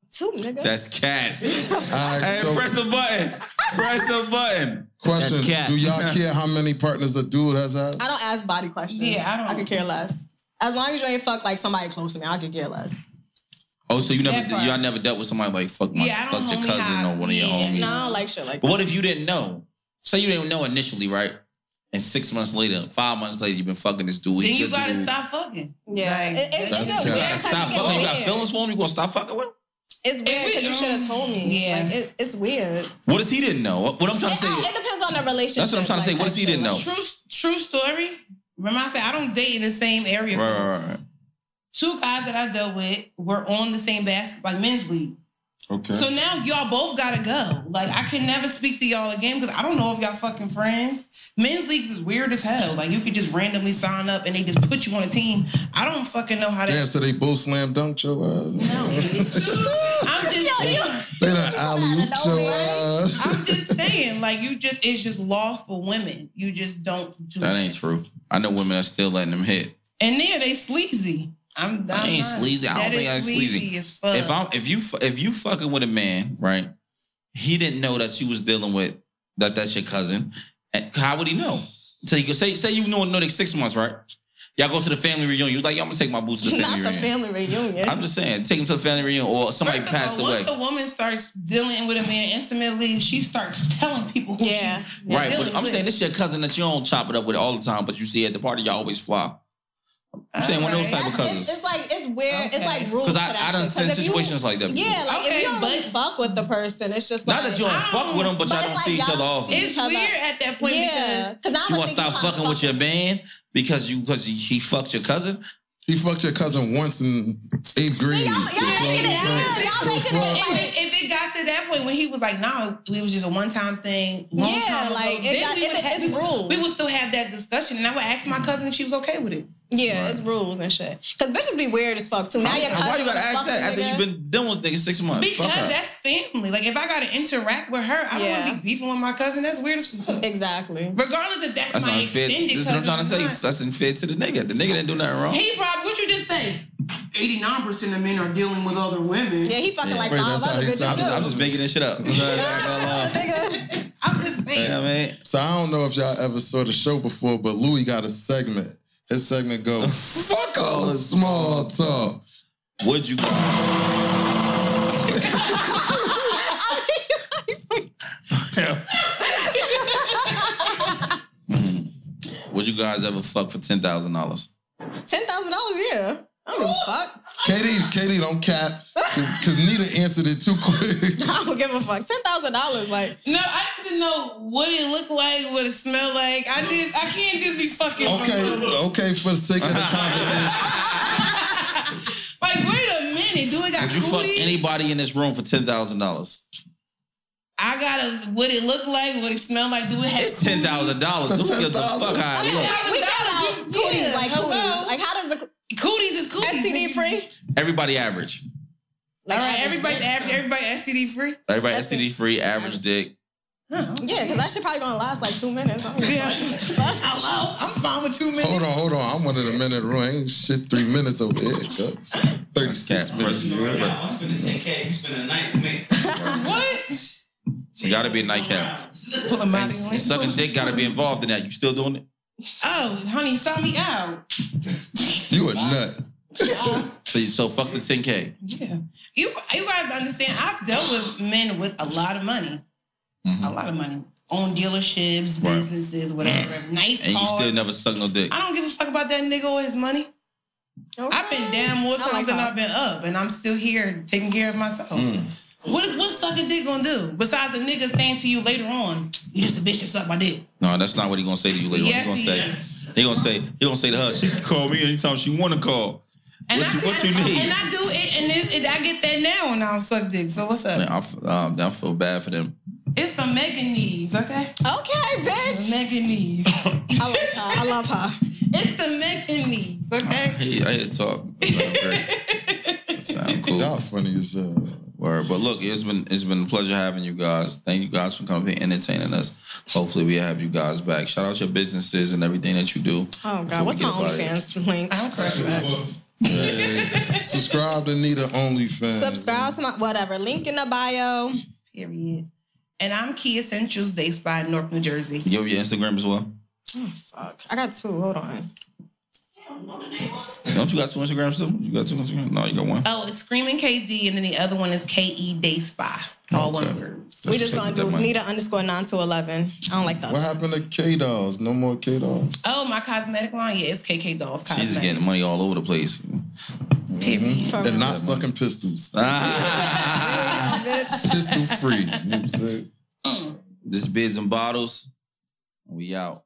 Speaker 4: Two niggas.
Speaker 2: That's cat.
Speaker 3: all right,
Speaker 2: Hey,
Speaker 3: so
Speaker 2: press the button. Press the button.
Speaker 3: question:
Speaker 2: That's cap.
Speaker 3: Do y'all care how many partners a dude has had?
Speaker 4: I don't ask body questions.
Speaker 5: Yeah, I don't-
Speaker 4: I could care less. As long as you ain't fuck like somebody close to me, I could care less.
Speaker 2: Oh, so you never
Speaker 5: That part.
Speaker 2: y'all never dealt with somebody like fuck my
Speaker 5: Yeah, I don't
Speaker 2: fuck your
Speaker 5: homie
Speaker 2: cousin
Speaker 5: hop.
Speaker 2: or one of your
Speaker 5: Yeah,
Speaker 2: homies.
Speaker 4: No, I don't like shit like
Speaker 2: But
Speaker 4: that.
Speaker 2: what if you didn't know? Say you didn't know initially, right? and six months later, five months later, you've been fucking this dude. He
Speaker 5: Then you
Speaker 2: good
Speaker 5: gotta
Speaker 2: dude.
Speaker 5: stop fucking.
Speaker 4: Yeah, it,
Speaker 5: Like,
Speaker 4: it,
Speaker 3: that's
Speaker 4: it's
Speaker 3: true.
Speaker 4: just weird
Speaker 2: You gotta
Speaker 4: 'cause
Speaker 2: stop
Speaker 4: it get
Speaker 2: fucking. You got
Speaker 4: weird.
Speaker 2: feelings for him. You gonna stop fucking with him?
Speaker 4: It's weird
Speaker 5: we-
Speaker 4: because you should have told me.
Speaker 5: Yeah.
Speaker 4: like, it, it's weird.
Speaker 2: What if he didn't know? What, what I'm trying
Speaker 4: It,
Speaker 2: to say.
Speaker 4: it depends on the relationship.
Speaker 2: That's what I'm trying to say.
Speaker 4: like,
Speaker 2: What if he
Speaker 4: type
Speaker 2: didn't
Speaker 4: shit.
Speaker 2: know?
Speaker 5: True, true story. Remember, I said I don't date in the same area.
Speaker 2: Right, right, right, right.
Speaker 5: Two guys that I dealt with were on the same basketball, like men's league.
Speaker 3: Okay.
Speaker 5: So now y'all both gotta go. Like I can never speak to y'all again because I don't know if y'all fucking friends. Men's leagues is weird as hell. Like you could just randomly sign up and they just put you on a team. I don't fucking know how to.
Speaker 3: Damn, so they both slam dunked your
Speaker 5: No,
Speaker 3: ass.
Speaker 5: bitch. I'm just
Speaker 4: Yo,
Speaker 5: saying.
Speaker 4: you,
Speaker 3: they done alley ooped your ass.
Speaker 5: I'm just saying, like you just it's just law for women. You just don't do
Speaker 2: That ain't true. I know women are still letting them hit.
Speaker 5: And then they sleazy. I'm, I'm
Speaker 2: I ain't
Speaker 5: not-
Speaker 2: sleazy. I don't
Speaker 5: that
Speaker 2: think
Speaker 5: is
Speaker 2: I'm sleazy.
Speaker 5: as fuck.
Speaker 2: If I'm if you fu- if you fucking with a man, right? He didn't know that you was dealing with that that's your cousin. And How would he know? So you could say say you know know like six months, right? Y'all go to the family reunion. You like, "Yo, I'm gonna take my boo to the family
Speaker 4: not the
Speaker 2: reunion.
Speaker 4: family reunion.
Speaker 2: I'm just saying, take him to the family reunion or somebody
Speaker 5: First of
Speaker 2: passed
Speaker 5: all,
Speaker 2: away.
Speaker 5: Once a woman starts dealing with a man intimately, she starts telling people who
Speaker 4: Yeah.
Speaker 5: she's
Speaker 2: Right,
Speaker 5: dealing
Speaker 2: but I'm
Speaker 5: with.
Speaker 2: saying this your cousin that you don't chop it up with all the time, but you see at the party y'all always fly. I'm saying one of those
Speaker 5: Alright.
Speaker 2: type of
Speaker 4: That's-
Speaker 2: cousins.
Speaker 4: it's, it's like it's weird.
Speaker 5: Okay.
Speaker 4: It's like rules.
Speaker 2: Because I,
Speaker 4: for that
Speaker 2: I done seen
Speaker 4: shit. 'Cause if you-
Speaker 2: situations like that. before.
Speaker 4: Yeah, like
Speaker 5: Okay,
Speaker 4: if you don't really
Speaker 5: but-
Speaker 4: fuck with the person, it's just
Speaker 2: Not
Speaker 4: like,
Speaker 2: that you don't
Speaker 5: I
Speaker 2: fuck
Speaker 5: don't-
Speaker 2: with them, but
Speaker 4: but
Speaker 2: y'all don't
Speaker 4: it's
Speaker 2: see
Speaker 4: like
Speaker 2: each
Speaker 4: y'all
Speaker 2: other
Speaker 4: don't
Speaker 2: often.
Speaker 4: see
Speaker 5: It's
Speaker 4: each other.
Speaker 5: weird at that point
Speaker 4: yeah,
Speaker 5: because
Speaker 4: because now
Speaker 2: You want to stop fucking with your man because you because he fucked your cousin?
Speaker 3: He fucked your cousin once in eighth grade.
Speaker 4: y'all- y'all making it
Speaker 3: Fuck.
Speaker 4: weird. Y'all
Speaker 3: Fuck.
Speaker 4: making it like-
Speaker 5: if, if it got to that point when he was like, "Nah, it was just a one time thing." Long
Speaker 4: Yeah,
Speaker 5: time ago,
Speaker 4: like, it
Speaker 5: then
Speaker 4: got-
Speaker 5: we
Speaker 4: it-
Speaker 5: would have-
Speaker 4: it's rules.
Speaker 5: We would still have that discussion, and I would ask my cousin if she was okay with it.
Speaker 4: Yeah, it's rules and shit. Because bitches be weird as fuck too. Now your cousin
Speaker 2: Why you gotta
Speaker 4: wanna
Speaker 2: ask
Speaker 4: fuck
Speaker 2: that
Speaker 4: with
Speaker 2: after
Speaker 4: nigga.
Speaker 2: you've been done with niggas six months?
Speaker 5: Because
Speaker 2: Fuck her.
Speaker 5: that's family. Like if I gotta interact with her, I don't
Speaker 4: Yeah.
Speaker 5: wanna be beefing with my cousin. That's weird as fuck.
Speaker 4: Exactly.
Speaker 5: Regardless if that's,
Speaker 2: That's
Speaker 5: my
Speaker 2: unfair. This
Speaker 5: extended
Speaker 2: is what
Speaker 5: cousin.
Speaker 2: I'm trying to
Speaker 5: or
Speaker 2: say.
Speaker 5: not.
Speaker 2: That's unfair to the nigga. The nigga didn't do nothing wrong.
Speaker 5: He probably what you just say. Eighty nine percent of men are dealing with other women.
Speaker 4: Yeah, he fucking like
Speaker 3: Wait,
Speaker 4: five
Speaker 3: that's how
Speaker 4: other
Speaker 3: he
Speaker 4: bitches.
Speaker 3: sound.
Speaker 2: I'm, just, I'm
Speaker 4: too.
Speaker 2: just making this shit up.
Speaker 4: Nigga.
Speaker 5: I'm just
Speaker 2: You know
Speaker 5: saying.
Speaker 2: what I mean?
Speaker 3: So I don't know if y'all ever saw the show before, but Louis got a segment. His segment go, fuck all the small talk.
Speaker 2: Would you guys? Mhm. Would you guys ever fuck for ten thousand dollars?
Speaker 4: Ten thousand dollars, yeah. I don't give a fuck.
Speaker 3: Katie, Katie don't cap. Cause, cause Nita answered it too quick.
Speaker 4: I don't give a fuck. Ten thousand dollars, like
Speaker 5: No, I need to know what it look like, what it smell like. I just I can't just be fucking.
Speaker 3: Okay, okay, for the sake of the conversation.
Speaker 5: Like wait a minute, do it got
Speaker 2: Would you fuck
Speaker 5: cooties?
Speaker 2: anybody in this room for ten thousand dollars?
Speaker 5: I gotta what it look like, what it smell like. Do it have
Speaker 2: It's ten thousand dollars.
Speaker 3: For
Speaker 2: Who gives the fuck
Speaker 3: $10,000?
Speaker 2: out of it?
Speaker 4: we got out
Speaker 5: Yeah,
Speaker 4: cooties, like
Speaker 5: hello.
Speaker 4: cooties. Like how does the
Speaker 5: cooties is cooties.
Speaker 4: STD
Speaker 5: nigga.
Speaker 4: free?
Speaker 2: Everybody average.
Speaker 4: Like
Speaker 5: All right,
Speaker 4: average
Speaker 5: everybody
Speaker 4: bitch.
Speaker 5: after everybody STD free.
Speaker 2: Everybody
Speaker 4: That's
Speaker 2: STD free, average dick.
Speaker 4: Yeah, because that shit probably gonna last like two minutes. I'm just like,
Speaker 5: Hello, I'm fine with two minutes.
Speaker 3: Hold on, hold on. I'm one of the men in the room. I ain't shit three minutes over here. cuz. 36
Speaker 2: Cap,
Speaker 3: minutes.
Speaker 2: first-
Speaker 3: yeah.
Speaker 10: I'm spending 10K. You spending a night with me.
Speaker 5: What?
Speaker 2: It gotta be a nightcap.
Speaker 5: Pull a
Speaker 2: And sucking dick gotta be involved in that. You still doing it?
Speaker 5: Oh, honey, saw me out.
Speaker 3: You a nut.
Speaker 2: So, you, so fuck the ten k.
Speaker 5: Yeah, you you gotta understand. I've dealt with men with a lot of money, a lot of money, own dealerships,
Speaker 2: Mm-hmm. Right. Mm-hmm.
Speaker 5: businesses, whatever, nice
Speaker 2: And you
Speaker 5: cars.
Speaker 2: still never suck no dick.
Speaker 5: I don't give a fuck about that nigga or his money. I've been down more
Speaker 4: I
Speaker 5: times
Speaker 4: like
Speaker 5: than
Speaker 4: her.
Speaker 5: I've been up, and I'm still here taking care of myself.
Speaker 2: Mm.
Speaker 5: What is what's suck a dick gonna do besides the nigga saying to you later on, you just a bitch that sucked my dick.
Speaker 2: No, that's not what he gonna say to you later. on.
Speaker 5: Yes,
Speaker 2: he
Speaker 5: he
Speaker 2: gonna
Speaker 5: is.
Speaker 2: say he gonna say he gonna say to her. She can call me anytime she wanna call.
Speaker 5: And
Speaker 2: What
Speaker 5: I,
Speaker 2: you- what you
Speaker 5: I-
Speaker 2: need?
Speaker 5: And I do it, and it, it, I get that now, and I don't suck dick. So what's up?
Speaker 2: Man, I, f- um, I feel bad for them.
Speaker 5: It's the Megan knees, okay?
Speaker 4: Okay, bitch.
Speaker 5: The Megan knees.
Speaker 4: I like her. I love her.
Speaker 5: It's the Megan knees, okay?
Speaker 2: Hey, I hear talk. That sound great. That sound cool.
Speaker 3: Y'all funny as hell.
Speaker 2: Word. But look, it's been it's been a pleasure having you guys. Thank you guys for coming here entertaining us. Hopefully we have you guys back. Shout out your businesses and everything that you do. Before
Speaker 4: Oh god, what's
Speaker 2: we
Speaker 4: my
Speaker 2: get up outta here.
Speaker 4: OnlyFans link?
Speaker 5: I'm correct.
Speaker 3: Hey, subscribe to Nita OnlyFans.
Speaker 4: Subscribe to my whatever link in the bio.
Speaker 5: Period. And I'm Key Essentials, Day Spa in North New Jersey.
Speaker 2: You have your Instagram as well.
Speaker 4: Fuck, I got two. Hold on.
Speaker 2: Don't you got two Instagrams too? You got two Instagrams? No, you got one.
Speaker 5: Oh, it's Screaming KD, and then the other one is KE Day Spa. E, All one word.
Speaker 4: we just gonna
Speaker 2: what's up
Speaker 4: do
Speaker 2: with that money.
Speaker 4: Nita underscore nine to eleven. I don't like that.
Speaker 3: What happened to K dolls? No more K dolls.
Speaker 5: Oh, my cosmetic line. Yeah, it's KK Dolls
Speaker 2: She's just
Speaker 5: cosmetic.
Speaker 2: getting Mm-hmm. money all over the place.
Speaker 4: For
Speaker 3: They're
Speaker 4: real.
Speaker 3: Mm-hmm. not sucking pistols.
Speaker 4: Oh, bitch.
Speaker 3: Pistol free. You know what I'm saying?
Speaker 2: this bids and bottles. We out.